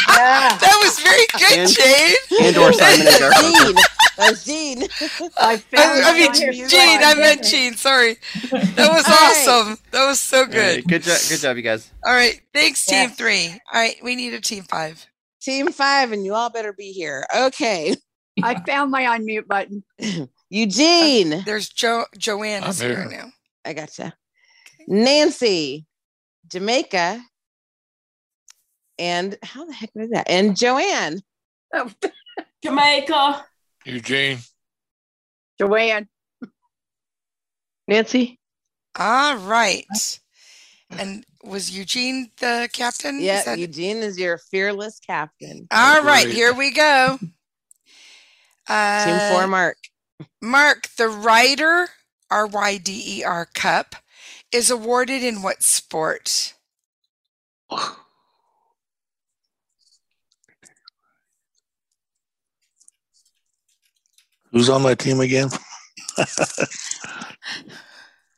S4: That was very good,
S15: And-
S4: Jade.
S15: and or Simon and Garfunkel.
S3: That's Gene.
S4: I,
S3: found
S4: I mean,
S3: it on your
S4: Gene. I
S3: slide.
S4: meant Gene. Sorry. That was awesome. That was so
S15: All
S4: good.
S15: right, Good job. Good job, you guys.
S4: All right. Thanks, Team
S3: Yes.
S4: Three. All right. We need a Team Five.
S3: Team five, and you all better be here. Okay. I found my unmute button. Eugene.
S4: there's Jo Joanne
S3: I'm
S4: is here.
S3: here.
S4: now.
S3: I gotcha. Nancy, Jamaica, and how the heck was that? And Joanne.
S19: Oh.
S3: Jamaica.
S20: Eugene.
S3: Joanne. Nancy.
S4: All right. And was Eugene the captain?
S3: Yeah,
S4: Is that-
S3: Eugene is your fearless captain.
S4: All right. Here we go. Uh,
S3: Team four, Mark.
S4: Mark, the Ryder, R Y D E R Cup, is awarded in what sport?
S17: Who's on my team again?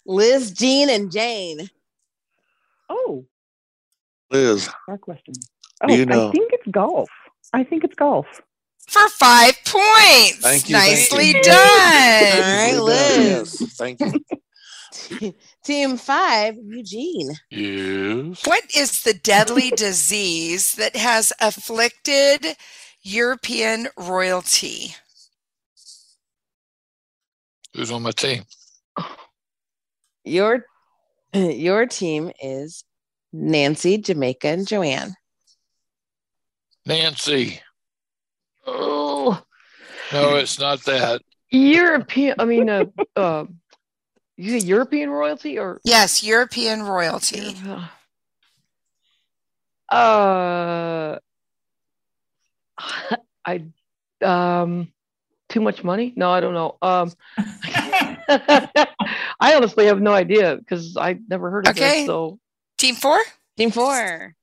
S3: Liz, Jean, and Jane.
S19: Oh,
S17: Liz.
S19: Our question.
S3: Oh,
S17: Do you
S19: I
S17: know?
S19: think it's golf. I think it's golf.
S4: For five points.
S17: Thank you, thank
S4: Nicely
S17: you.
S4: done.
S3: All right,
S17: Yes, thank you.
S3: Team five, Eugene.
S17: Yes.
S4: What is the deadly disease that has afflicted European royalty?
S20: Who's on my team?
S3: Your your team is Nancy, Jamaica, and Joanne.
S20: Nancy.
S21: Oh,
S20: No, it's not that.
S21: European. I mean, uh, uh, you say European royalty or
S4: Yes, European royalty.
S21: uh, I um, too much money? No, I don't know. Um, I honestly have no idea because I never heard of it.
S4: Okay.
S21: So
S4: Team four?
S3: Team four.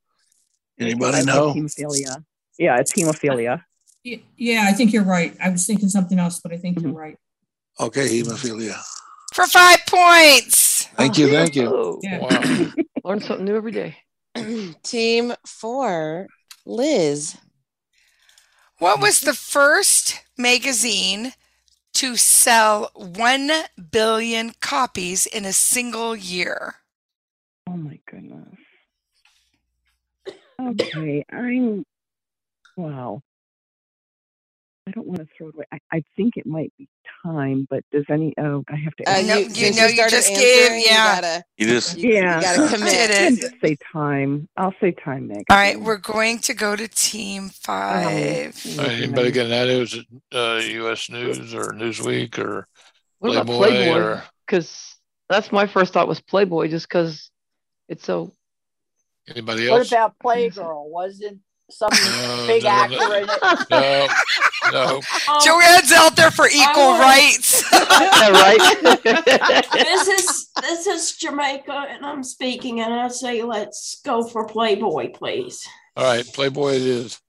S17: Anybody
S19: know?
S22: Hemophilia.
S19: Yeah, it's hemophilia.
S22: Y- Yeah, I think you're right. I was thinking something else, but I think
S15: Mm-hmm.
S22: you're right.
S17: Okay, hemophilia.
S4: For five points.
S17: Thank you, thank you.
S21: Wow. learn something new every day.
S3: Team four, Liz.
S4: What was the first magazine to sell 1 billion copies in a single year?
S19: Oh my goodness. Okay, I'm. Wow. I don't want to throw it away. I, I think it might be time, but does any? Oh, I have to.
S3: Uh,
S4: No, you- you since you know you started just gave- answering, you yeah. gotta-
S17: You just
S19: yeah.
S4: gotta commit. Did it.
S19: I'll just say time. I'll say time, Meg.
S4: All right, we're going to go to team five.
S20: Uh, Anybody getting that? It was uh, U.S. News or Newsweek or
S21: What about
S20: Playboy,
S21: Playboy?
S20: or
S21: Because that's my first thought was Playboy, just because it's so.
S20: anybody
S23: What
S20: else?
S23: about Playgirl? Wasn't some
S20: No,
S23: big
S20: no,
S23: actor
S20: no.
S23: in it?
S20: No, no.
S4: Joanne's out there for equal
S23: Oh.
S4: rights.
S23: this is this is Jamaica, and I'm speaking, and I say, let's go for Playboy, please.
S20: All right, Playboy it is.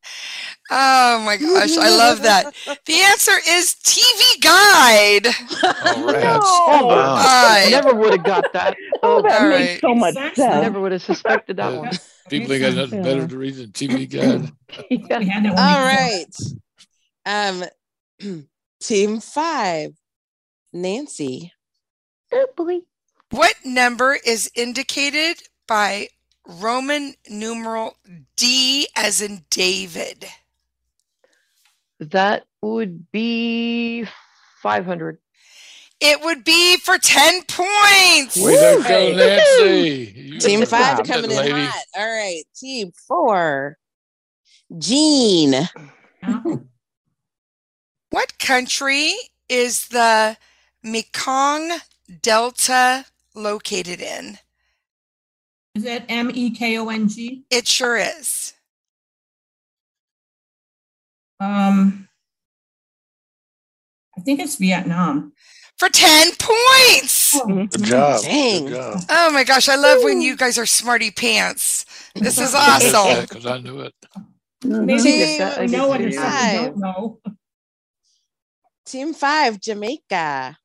S4: Oh my gosh, I love that. The answer is TV Guide.
S21: Oh.
S20: Oh,
S21: Ever.
S4: Guide.
S21: Never would have got that.
S19: Oh, that
S21: All
S19: makes so much sense.
S21: Never would have suspected that
S20: Yeah.
S21: one.
S20: People ain't got nothing better to read than TV Guide.
S3: All right. Um, team five, Nancy.
S4: What number is indicated by Roman numeral D as in David?
S21: That would be 500.
S4: It would be for 10 points.
S21: Way to go, Nancy.
S20: You
S3: Team
S20: were
S3: five
S20: good,
S3: coming in
S20: lady.
S3: hot. All right. Team four, Jean.
S4: What country is the Mekong Delta located in?
S22: Is that M E K O N G?
S4: It sure is.
S22: Um, I think it's Vietnam.
S4: For 10 points.
S17: Good
S20: Mm-hmm.
S17: job.
S4: Dang.
S17: Good job.
S4: Oh my gosh, I love when you guys are smarty pants. This is awesome.
S20: Because I knew it. Mm-hmm.
S22: Maybe
S4: Team
S22: you know it or something.
S3: five.
S22: Don't know.
S3: Team five, Jamaica.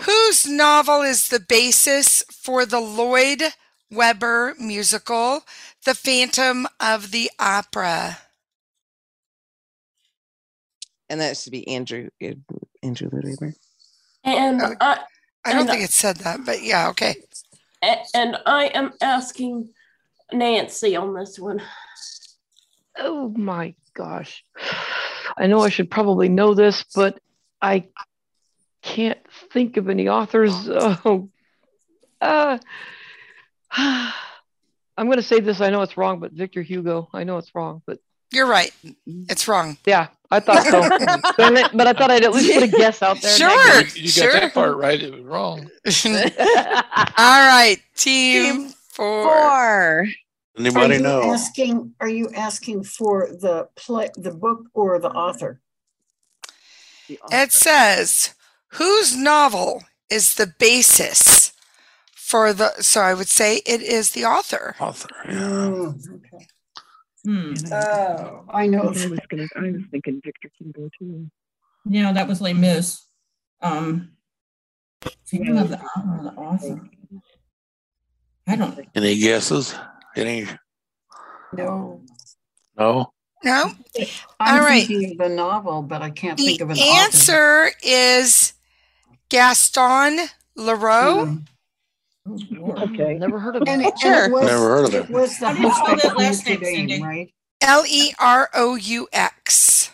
S4: Whose novel is the basis for the Lloyd Webber musical, The Phantom of the Opera?
S3: And that should be Andrew eh, Andrew Lloyd Webber.
S22: And
S4: Uh, I, don't
S22: and-
S4: think it said that, but yeah, okay.
S22: A- And I am asking Nancy on this one.
S21: Oh my gosh. I know I should probably know this, but I can't think of any authors. Oh, uh, I'm going to say this. I know it's wrong, but Victor Hugo. I know it's wrong, but
S4: You're right. It's wrong.
S21: yeah, I thought so. Darn it, but I thought I'd at least put a guess out there.
S4: Sure.
S20: You got that part right. It was wrong.
S4: All right, team, four.
S22: Four.
S17: Anybody
S22: are you
S17: know?
S22: Asking, are you asking for the play, the book, or the author?
S4: It says, whose novel is the basis for the, so I would say it is the author.
S17: Author.
S19: Mm,
S22: Oh, I know.
S19: Hmm. Oh, I was gonna. I was thinking Victor Hugo too.
S22: No, that was Les Mis.
S1: Um, female of the honor of the author. I don't
S17: Any guesses? Any?
S1: know.
S17: No?
S4: No.
S10: I'm
S4: All right.
S10: thinking of the novel, but I can't think of an
S4: The
S10: author.
S4: answer is Gaston Leroux.
S10: Mm-hmm. Okay.
S4: Never heard
S10: of And it-
S4: Sure.
S10: and it was- Never heard of it. was the
S4: How do you spell
S10: husband
S4: that
S10: of
S4: last
S10: Notre
S4: name,
S10: Dame,
S4: Cindy?
S10: right?
S4: L E R O U X.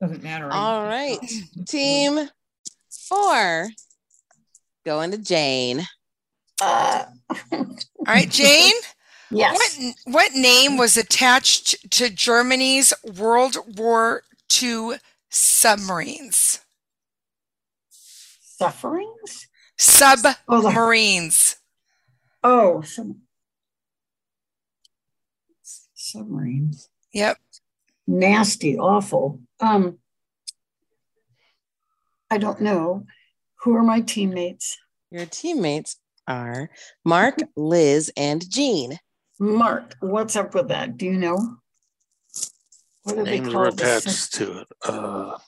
S1: Doesn't matter.
S3: All right. Team four. Going to Jane.
S4: All right, Jane.
S3: Yes.
S4: What, what name was attached to Germany's World War II submarines?
S1: Sufferings?
S4: Submarines.
S1: Oh, some submarines.
S4: Yep.
S1: Nasty, awful.
S10: Um, I don't know. Who are my teammates?
S3: Your teammates are Mark, Liz, and Jean.
S10: Mark, what's up with that? Do you know? What are they
S17: Names were
S10: called? The sub-
S17: attached to it. Uh,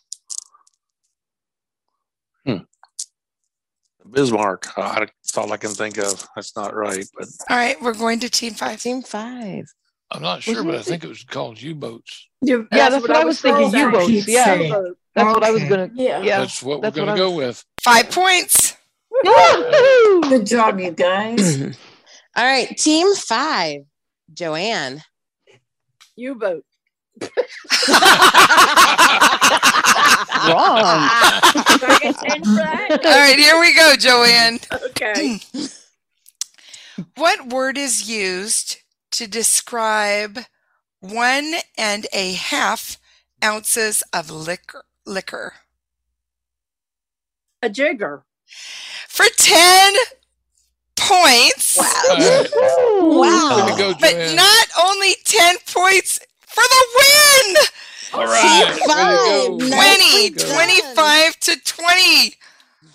S17: hmm. Bismarck. Uh, that's all I can think of. That's not right, but
S4: All right, we're going to Team Five.
S3: Team Five.
S20: I'm not sure, but I think it was called U-boats.
S21: Yeah, that's, what, I was thinking. U boats. Yeah, that's what I was gonna. Yeah,
S20: That's what we're
S21: that's what
S20: gonna
S21: I
S20: go
S21: was-
S20: with.
S4: Five points.
S1: Good job, you guys.
S3: All right. Team five. Joanne.
S16: U boat.
S3: Wrong.
S4: All right, here we go, Joanne.
S16: Okay.
S4: What word is used to describe one and a half ounces of liquor? Liquor
S16: A jigger.
S4: for ten points. Wow!
S16: Wow. Way to go,
S4: but
S16: Joanne.
S4: not only ten points for the win.
S16: All right, Team way to go.
S4: 20,
S16: Nicely done.
S4: 25 to 20.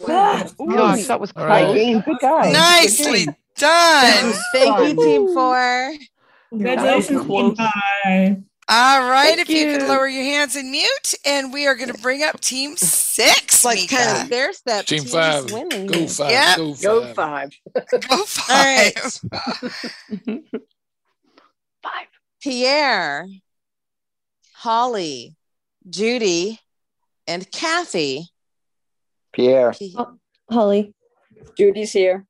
S21: Gosh, that was
S16: All right,
S21: close.
S16: Jane, good guys.
S4: Nicely
S16: Good
S4: done.
S3: Thank you, Team Four.
S16: Congratulations, Team
S1: Five.
S4: All right, if you.
S3: you.
S4: could lower your hands and mute, and we are going to bring up Team Six. Like
S3: kind of stair step.
S20: Team Team's five. winning Go here. five, go Go
S16: five.
S4: Go five.
S3: Pierre, Holly, Judy, and Kathy.
S6: Pierre.
S1: Oh,
S3: Holly.
S1: Judy's here.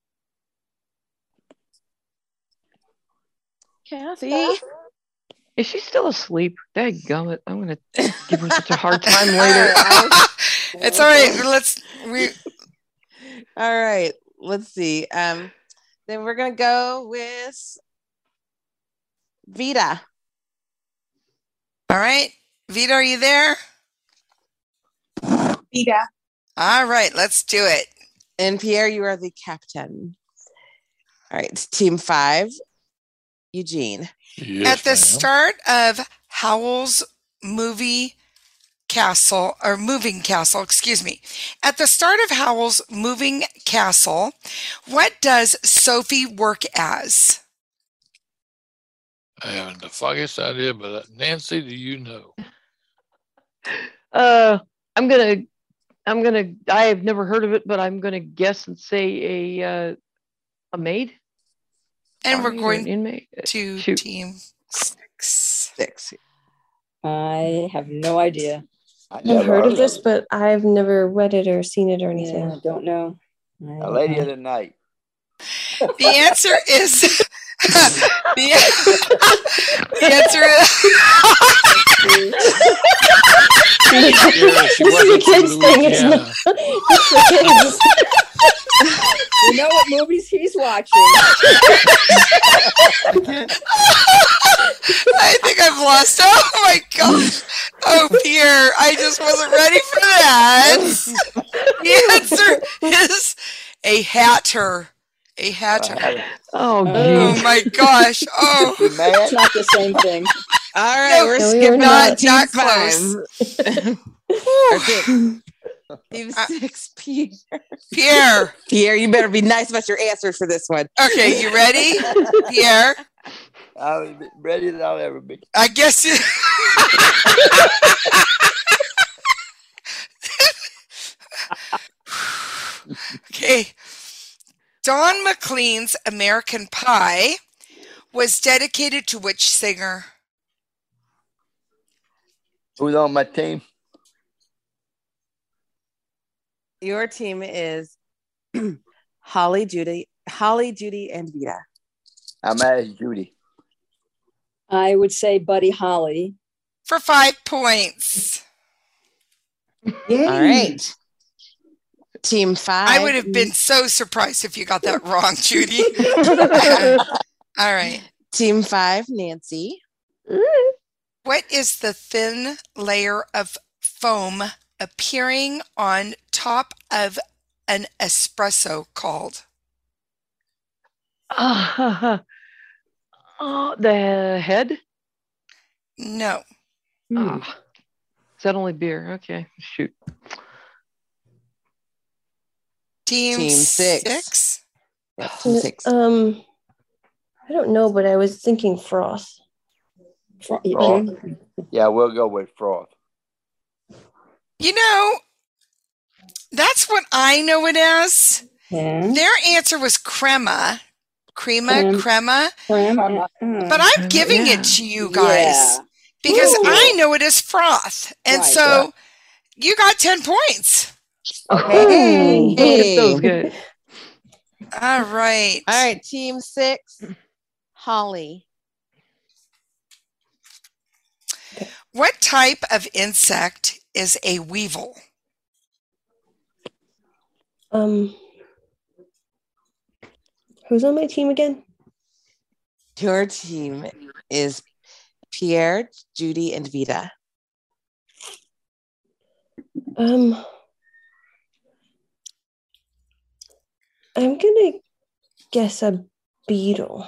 S3: Kathy.
S21: Is she still asleep? Dadgummit, I'm gonna give her such a hard time later.
S4: it's all right. Let's. We...
S3: All right. Let's see. Um, then we're gonna go with Vita.
S4: All right. Vita, are you there?
S3: Vita.
S4: All right. Let's do it.
S3: And Pierre, you are the captain. All right. It's team five. Eugene.
S4: At the start of Howell's movie Castle, or Moving Castle, excuse me. At the start of Howell's Moving Castle, what does Sophie work as?
S20: I haven't the foggiest idea, but uh, Nancy, do you know?
S21: Uh, I'm gonna, I'm gonna. I have never heard of it, but I'm gonna guess and say a uh, a maid.
S4: And we're
S21: Sorry, or
S4: going
S21: an inmate.
S5: uh,
S4: to
S21: Shoot.
S4: team six.
S3: Six.
S7: I have no idea.
S6: I've
S7: I've heard of this, but I've never read it or seen it or anything. I don't know.
S6: A lady of the night.
S4: The answer is. the, the answer
S6: Yeah,
S16: she This is a wasn't from kid's thing, it's Louisiana.
S6: You know what movies he's watching.
S4: I think I've lost. Oh my gosh. Oh, Pierre, I just wasn't ready for that. The answer is a hatter. A hatter.
S21: Oh,
S4: Oh my gosh. Oh.
S7: It's not the same thing.
S3: All right,
S4: No,
S3: we're
S4: no,
S3: skipping
S4: you're
S3: not,
S4: not.
S3: on team
S4: Not
S3: close. Or six. team
S4: Uh,
S3: six, Pierre.
S4: Pierre.
S3: Pierre, you better be nice about your answers for this one.
S4: Okay, you ready? Pierre?
S6: I was ready that I'll ever be.
S4: I guess it. okay. Don McLean's American Pie was dedicated to which singer?
S6: Who's on my team?
S3: Your team is Holly, Judy, Holly, Judy, and Vita.
S6: I'm at Judy.
S5: I would say Buddy Holly.
S4: For five points.
S3: All right. Team five.
S4: I would have been so surprised if you got that wrong, Judy. All right.
S3: Team five, Nancy.
S4: What is the thin layer of foam appearing on top of an espresso called?
S21: Uh, the head?
S4: No. Hmm.
S21: Ah. is that only beer? Okay. Shoot.
S4: Team,
S21: Team
S4: six.
S21: six.
S7: N- Um, I don't know, but I was thinking Oh, froth. Fro-
S6: Froth. Yeah, we'll go with Froth.
S4: You know, that's what I know it as.
S16: Hmm?
S6: Yeah.
S4: Their answer was crema, crema,
S6: Crem-
S4: crema. But
S16: Mm,
S4: I'm giving
S16: yeah.
S4: it to you guys
S16: Yeah.
S4: because
S16: Ooh.
S4: I know it as froth. And
S16: Right.
S4: so you got 10 points.
S3: Okay.
S21: good.
S4: All right.
S3: All right. Team six, Holly.
S4: What type of insect is a weevil?
S7: Um, who's on my team again?
S3: Your team is Pierre, Judy, and Vita.
S7: Um, I'm gonna guess a beetle.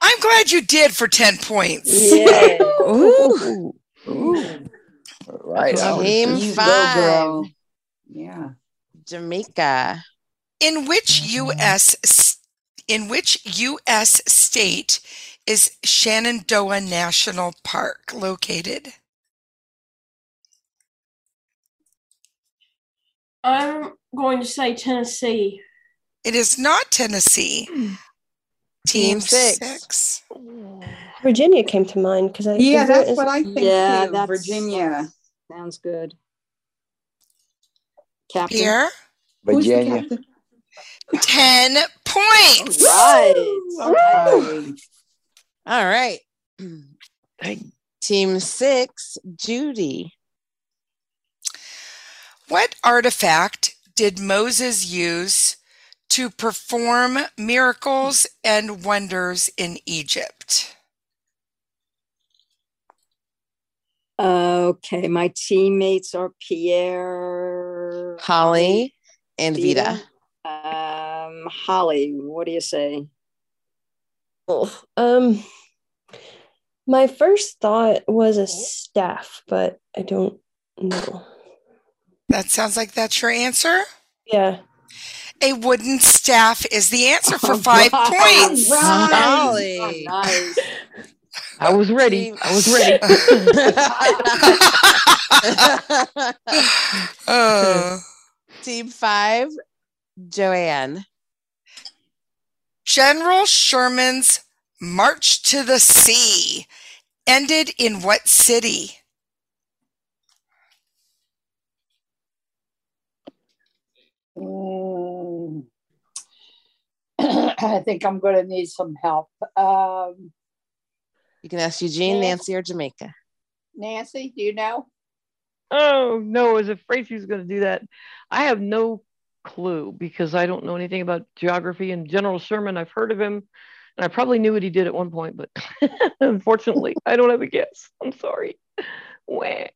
S4: I'm glad you did for 10 points.
S7: Yeah.
S4: Ooh.
S6: Right.
S3: That's what I would've Team said. five.
S1: Yeah.
S3: Jamaica. Mm-hmm.
S4: In which U.S. s- in which U.S. state is Shenandoah National Park located?
S23: I'm going to say Tennessee.
S4: It is not Tennessee. Hmm. Team six.
S7: Virginia came to mind because I
S5: Yeah,
S7: is there-
S5: that's
S7: is-
S5: what I think Yeah, too, that's- Virginia. Sounds good. Captain.
S4: Pierre?
S5: Who's the
S6: Virginia.
S5: captain?
S4: 10 points.
S3: Right.
S4: Woo!
S3: All right. Team six, Judy.
S4: What artifact did Moses use to perform miracles and wonders in Egypt?
S5: Okay, my teammates are Pierre,
S3: Holly and Vita.
S5: Um, Holly, what do you say?
S7: Oh, um, my first thought was a staff, but I don't know.
S4: That sounds like that's your answer.
S7: Yeah. Oh,
S4: A wooden staff is the answer for
S7: All
S4: five
S7: right.
S4: points.
S7: All right.
S4: Oh,
S3: Holly.
S21: I was ready. I was ready.
S4: Oh.
S3: Team five, Joanne.
S4: General Sherman's March to the Sea ended in what city?
S16: Mm. I think I'm going to need some help. Um,
S3: You can ask Eugene,
S16: Yes.
S3: Nancy, or Jamaica.
S16: Nancy, do you know?
S21: Oh no, I was afraid she was going to do that. I have no clue because I don't know anything about geography and General Sherman. I've heard of him and I probably knew what he did at one point, but unfortunately, I don't have a guess. I'm sorry. Wah.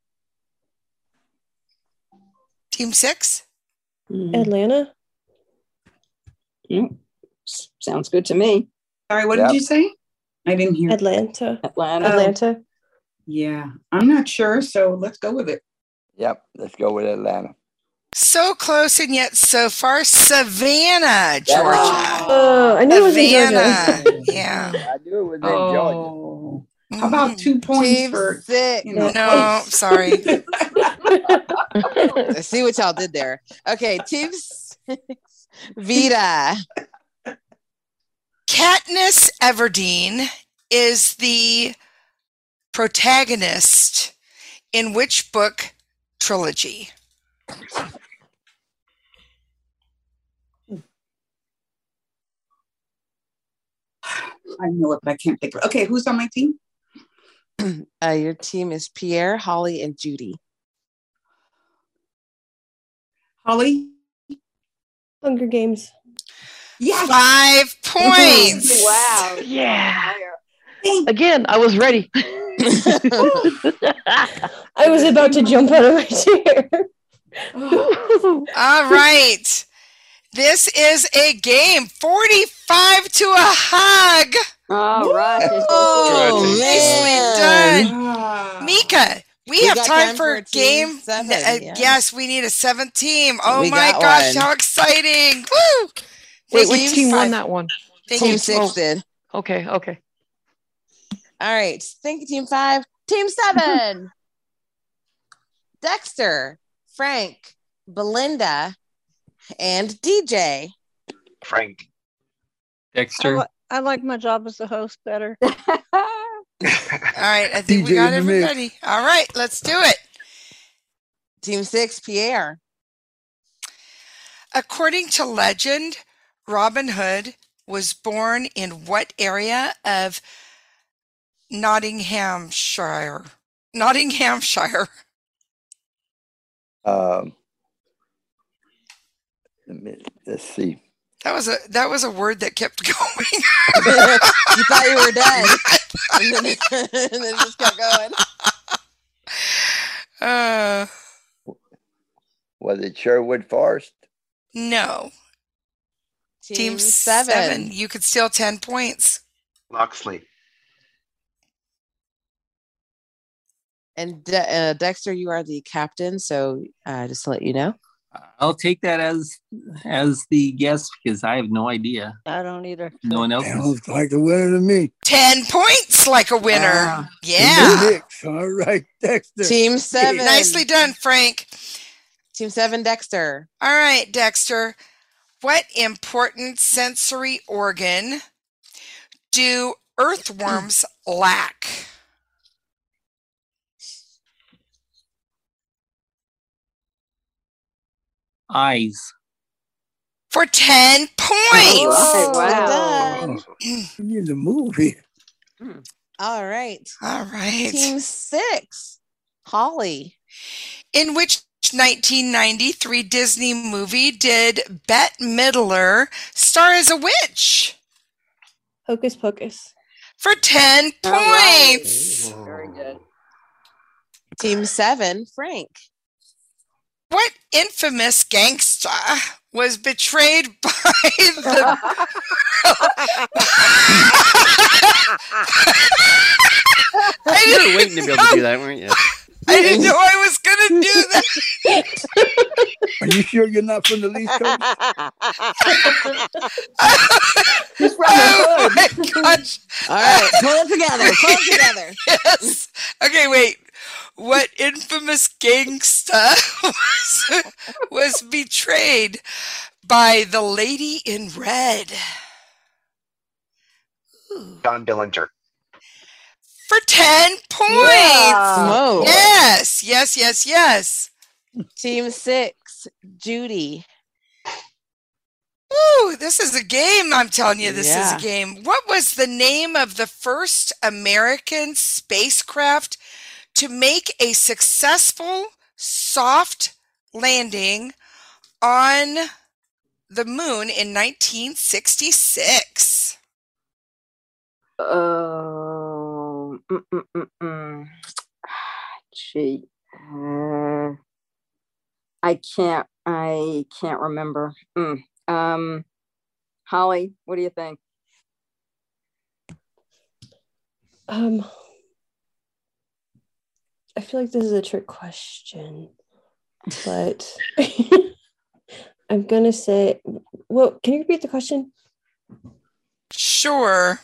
S4: Team six?
S7: Atlanta.
S5: S- Mm, Sounds good to me.
S1: Sorry, what did you say? I didn't hear. Oh.
S7: Atlanta.
S5: Atlanta.
S7: Atlanta.
S1: Yeah, I'm not sure, so let's go with it.
S6: Yep, let's go with Atlanta.
S4: So close and yet so far, Savannah, Georgia.
S7: Oh, I knew it was in
S4: Savannah.
S7: Georgia.
S4: yeah.
S6: I knew it was in
S1: Oh.
S4: Oh.
S1: Georgia. How about two points for
S3: six?
S1: you know,
S4: No, Mm-hmm. sorry.
S3: I see what y'all did there. Okay, team six, Vita.
S4: Katniss Everdeen is the protagonist in which book trilogy?
S8: I know it, but I can't think. of- Okay, who's on my team?
S3: Uh, your team is Pierre, Holly, and Judy.
S8: Holly?
S7: Hunger Games.
S8: Yes.
S4: Five
S7: points.
S8: wow.
S21: Yeah. Again, I was ready.
S7: I was about to jump out of my chair.
S4: All right. This is a game 45 to a hug.
S5: All right.
S4: Oh,
S5: Congratulations.
S4: nicely done. Mika, we,
S3: We
S4: have
S3: got
S4: time,
S3: time
S4: for
S3: for
S4: a
S3: a team
S4: game.
S3: seven,
S4: uh,
S3: yeah.
S4: Yes, we need a seventh team. Oh
S3: We
S4: my
S3: got
S4: gosh,
S3: one.
S4: how exciting. Woo!
S3: Wait,
S4: Thank
S3: which
S4: you,
S3: team won
S4: five.
S3: that
S21: one?
S4: Thank
S3: team
S4: you.
S3: six did.
S21: Okay, okay.
S3: All right. Thank you, team five. Team seven. Dexter, Frank, Belinda, and DJ.
S9: Frank.
S11: I,
S9: Dexter.
S11: li- I like my job as the host better.
S4: All right, I think we got everybody. All right, let's do it.
S3: Team six, Pierre.
S4: According to legend, Robin Hood was born in what area of Nottinghamshire? Nottinghamshire.
S6: Um, let me, let's see.
S4: That was a that was a word that kept going.
S3: you thought you were dead. and then, and then just kept going.
S4: Uh,
S6: Was it Sherwood Forest?
S4: no.
S3: Team,
S4: seven.
S3: seven.
S4: You could steal ten points.
S9: Loxley.
S3: And De- uh, Dexter, you are the captain. So uh, just to let you know.
S9: I'll take that as as the guess because I have no idea.
S11: I don't either.
S9: No one else.
S24: Sounds like a winner to me.
S4: Ten points like a winner.
S24: Ah,
S4: yeah.
S24: Six. All right, Dexter.
S3: Team seven.
S4: Nicely done, Frank.
S3: Team seven, Dexter.
S4: All right, Dexter. What important sensory organ do earthworms lack?
S9: Eyes.
S4: For 10 points.
S24: Oh,
S10: Oh,
S3: Well
S4: done.
S24: You in the movie?
S3: All right.
S4: All right.
S3: Team six, Holly.
S4: In which 1993 Disney movie did Bette Midler star as a witch?
S7: Hocus Pocus.
S4: For 10 points.
S5: Very good.
S3: Team seven, Frank.
S4: What infamous gangsta was betrayed by the I
S15: You
S4: didn't
S15: were waiting to be able to do that, weren't you?
S4: I didn't know I was gonna do that.
S24: Are you sure you're not from the least coast?
S4: oh my gosh.
S3: All right, pull it together. Pull it together.
S4: yes. Okay, wait. What infamous gangsta was, was betrayed by the lady in red
S9: John Dillinger.
S4: for 10 points?
S3: Whoa.
S4: Yes, yes, yes, yes.
S3: Team six, Judy.
S4: Woo, this is a game. I'm telling you, this
S3: Yeah.
S4: is a game. What was the name of the first American spacecraft to make a successful soft landing on the moon in 1966?
S5: Um, mm, mm, mm, mm. Gee, uh, I can't. I can't remember. Mm. Um, Holly, what do you think?
S7: Um, I feel like this is a trick question, but I'm gonna say, well, can you repeat the question?
S4: Sure.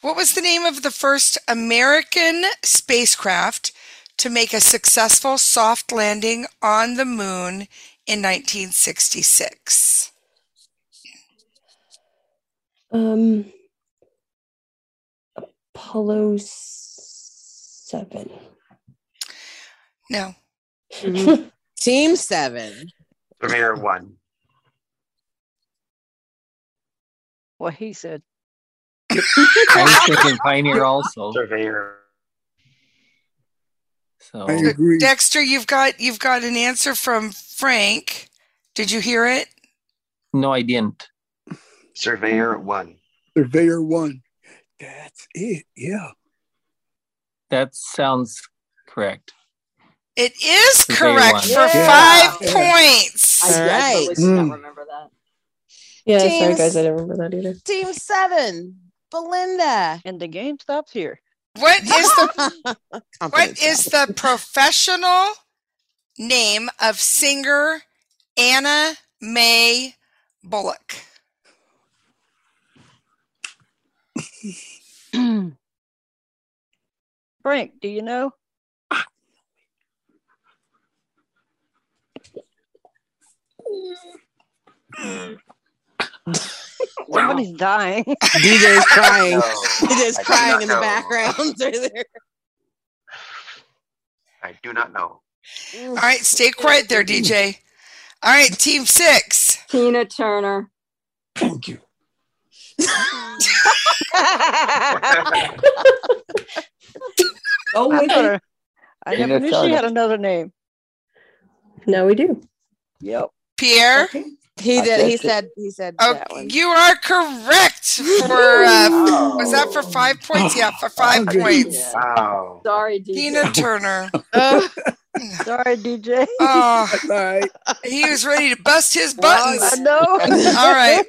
S4: What was the name of the first American spacecraft to make a successful soft landing on the moon in 1966?
S7: Um, Apollo seven.
S4: No.
S3: Team seven.
S2: Premier one.
S11: What he said.
S9: I was thinking Pioneer also.
S2: Surveyor.
S9: So
S4: So, Dexter, you've got you've got an answer from Frank. Did you hear it?
S9: no, I didn't.
S2: Surveyor one.
S24: Surveyor one. That's it. Yeah.
S9: That sounds correct.
S4: It is
S9: They
S4: correct
S9: won.
S4: for
S9: Yeah.
S4: five
S9: Yeah.
S4: points. Mm.
S3: I- I Right. totally did not
S4: remember
S7: Yeah, sorry
S3: James-
S7: guys, I didn't remember that either.
S3: Team seven. Belinda.
S11: And the game stops here.
S4: What is the what is the professional name of singer Anna May Bullock?
S11: Frank, do you know?
S24: Oh,
S11: Somebody's dying.
S3: DJ's crying.
S2: No,
S3: DJ's
S2: I do
S3: crying
S2: not
S3: in the
S2: know.
S3: background. They're there.
S2: I do not know.
S4: All right, stay quiet there, DJ. All right, team six.
S5: Tina Turner.
S11: Oh,
S5: with
S11: I
S5: it.
S11: never
S5: Tina
S11: knew she
S5: Turner.
S11: had another name.
S7: Now we do.
S11: Yep.
S4: Pierre.
S3: He
S7: I
S3: did. He
S7: guess it-
S3: said. He said that one.
S4: Oh, You are correct for uh,
S7: Oh.
S4: was that for five points? Yeah, for five
S2: Okay.
S4: points.
S2: Wow.
S5: Sorry,
S4: Tina Turner.
S11: Sorry, DJ.
S4: Oh, he was ready to bust his buttons.
S11: I know.
S4: All right.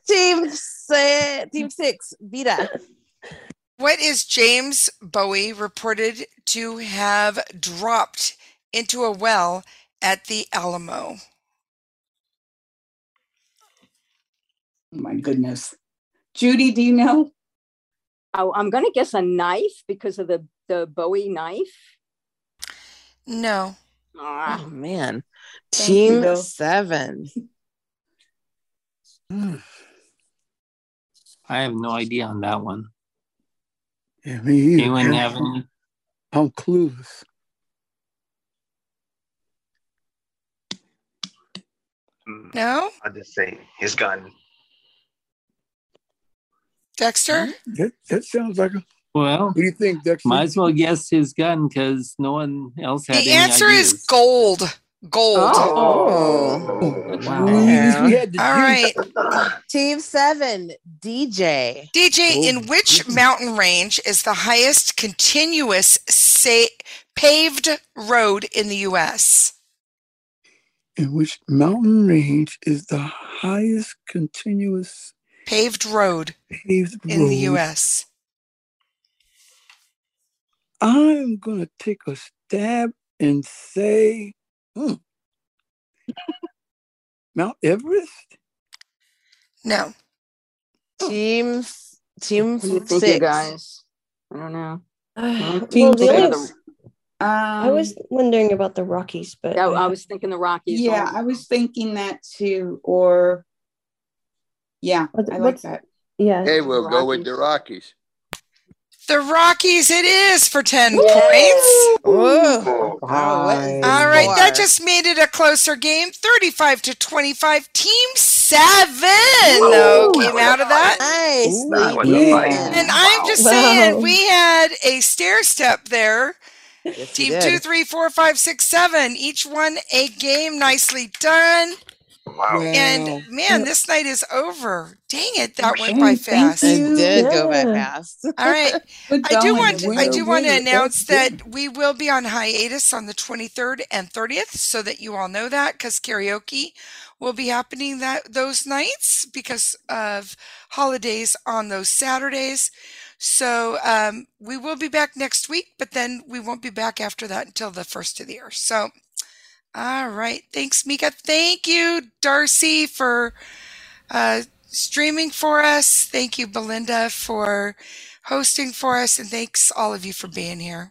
S3: Team se- Team six. Vita.
S4: What is James Bowie reported to have dropped into a well at the Alamo?
S8: my goodness. Judy, do you know?
S5: Oh, I'm going to guess a knife because of the, the Bowie knife.
S4: No.
S3: Oh man.
S5: Thank you,
S3: Team
S5: though.
S3: seven.
S9: I have no idea on that one.
S24: Yeah, me either.
S9: Anyone have any?
S24: I'm clueless.
S2: Mm,
S4: No,
S2: I'll just say his gun.
S9: Hmm?
S4: Dexter.
S24: That, that sounds like a.
S9: Well,
S24: What do you think, Dexter?
S9: might as well guess his gun because no one else had
S4: The
S9: any
S4: answer
S9: ideas.
S4: is gold. Gold.
S3: Oh.
S9: wow.
S4: All right.
S3: Team seven. DJ.
S4: DJ,
S24: Oh,
S4: in which mountain range is the highest continuous sa- paved road in the U.S.?
S24: In which mountain range is the highest continuous
S4: Paved road
S24: paved road?
S4: in the U.S.
S24: I'm gonna take a stab and say hmm, Mount Everest.
S4: No.
S3: Team f- Team
S5: What do you think, you
S3: six.
S5: guys? I don't know.
S7: well,
S5: Team
S7: the only,
S5: six.
S7: I was wondering about the Rockies, but
S5: No, Oh, I was thinking the Rockies.
S7: Yeah,
S5: only.
S7: I
S8: was thinking that too, or yeah, I like
S7: what's-
S8: that.
S7: yeah.
S6: Hey, we'll go with the Rockies.
S4: The Rockies, it is for 10 points.
S3: Whoa. Oh, what is
S4: All right, that
S3: Four.
S4: just made it a closer game 35 to 25. Team 7 though,
S3: Whoa.
S4: came out of that.
S3: Nice.
S2: That was a fight.
S4: And I'm just saying, we had a stair step there. Team two, three, four, five, six, seven. Each one a game. Nicely done.
S2: Wow.
S4: And man, this night is over. Dang it, that went
S8: Okay,
S4: by
S8: thank
S4: fast.
S8: you. It did go by Yeah.
S3: fast.
S4: All right.
S8: Good
S4: I do
S8: going,
S4: want I
S8: Winner,
S4: do want to
S8: winner,
S4: announce
S8: that's
S4: that we will be on hiatus on the 23rd and 30th so that you all know that cuz karaoke will be happening that those nights because of holidays on those Saturdays. So um, we will be back next week, but then we won't be back after that until the first of the year. So all right. Thanks, Mika. Thank you, Darcy, for uh, streaming for us. Thank you, Belinda, for hosting for us. And thanks, all of you, for being here.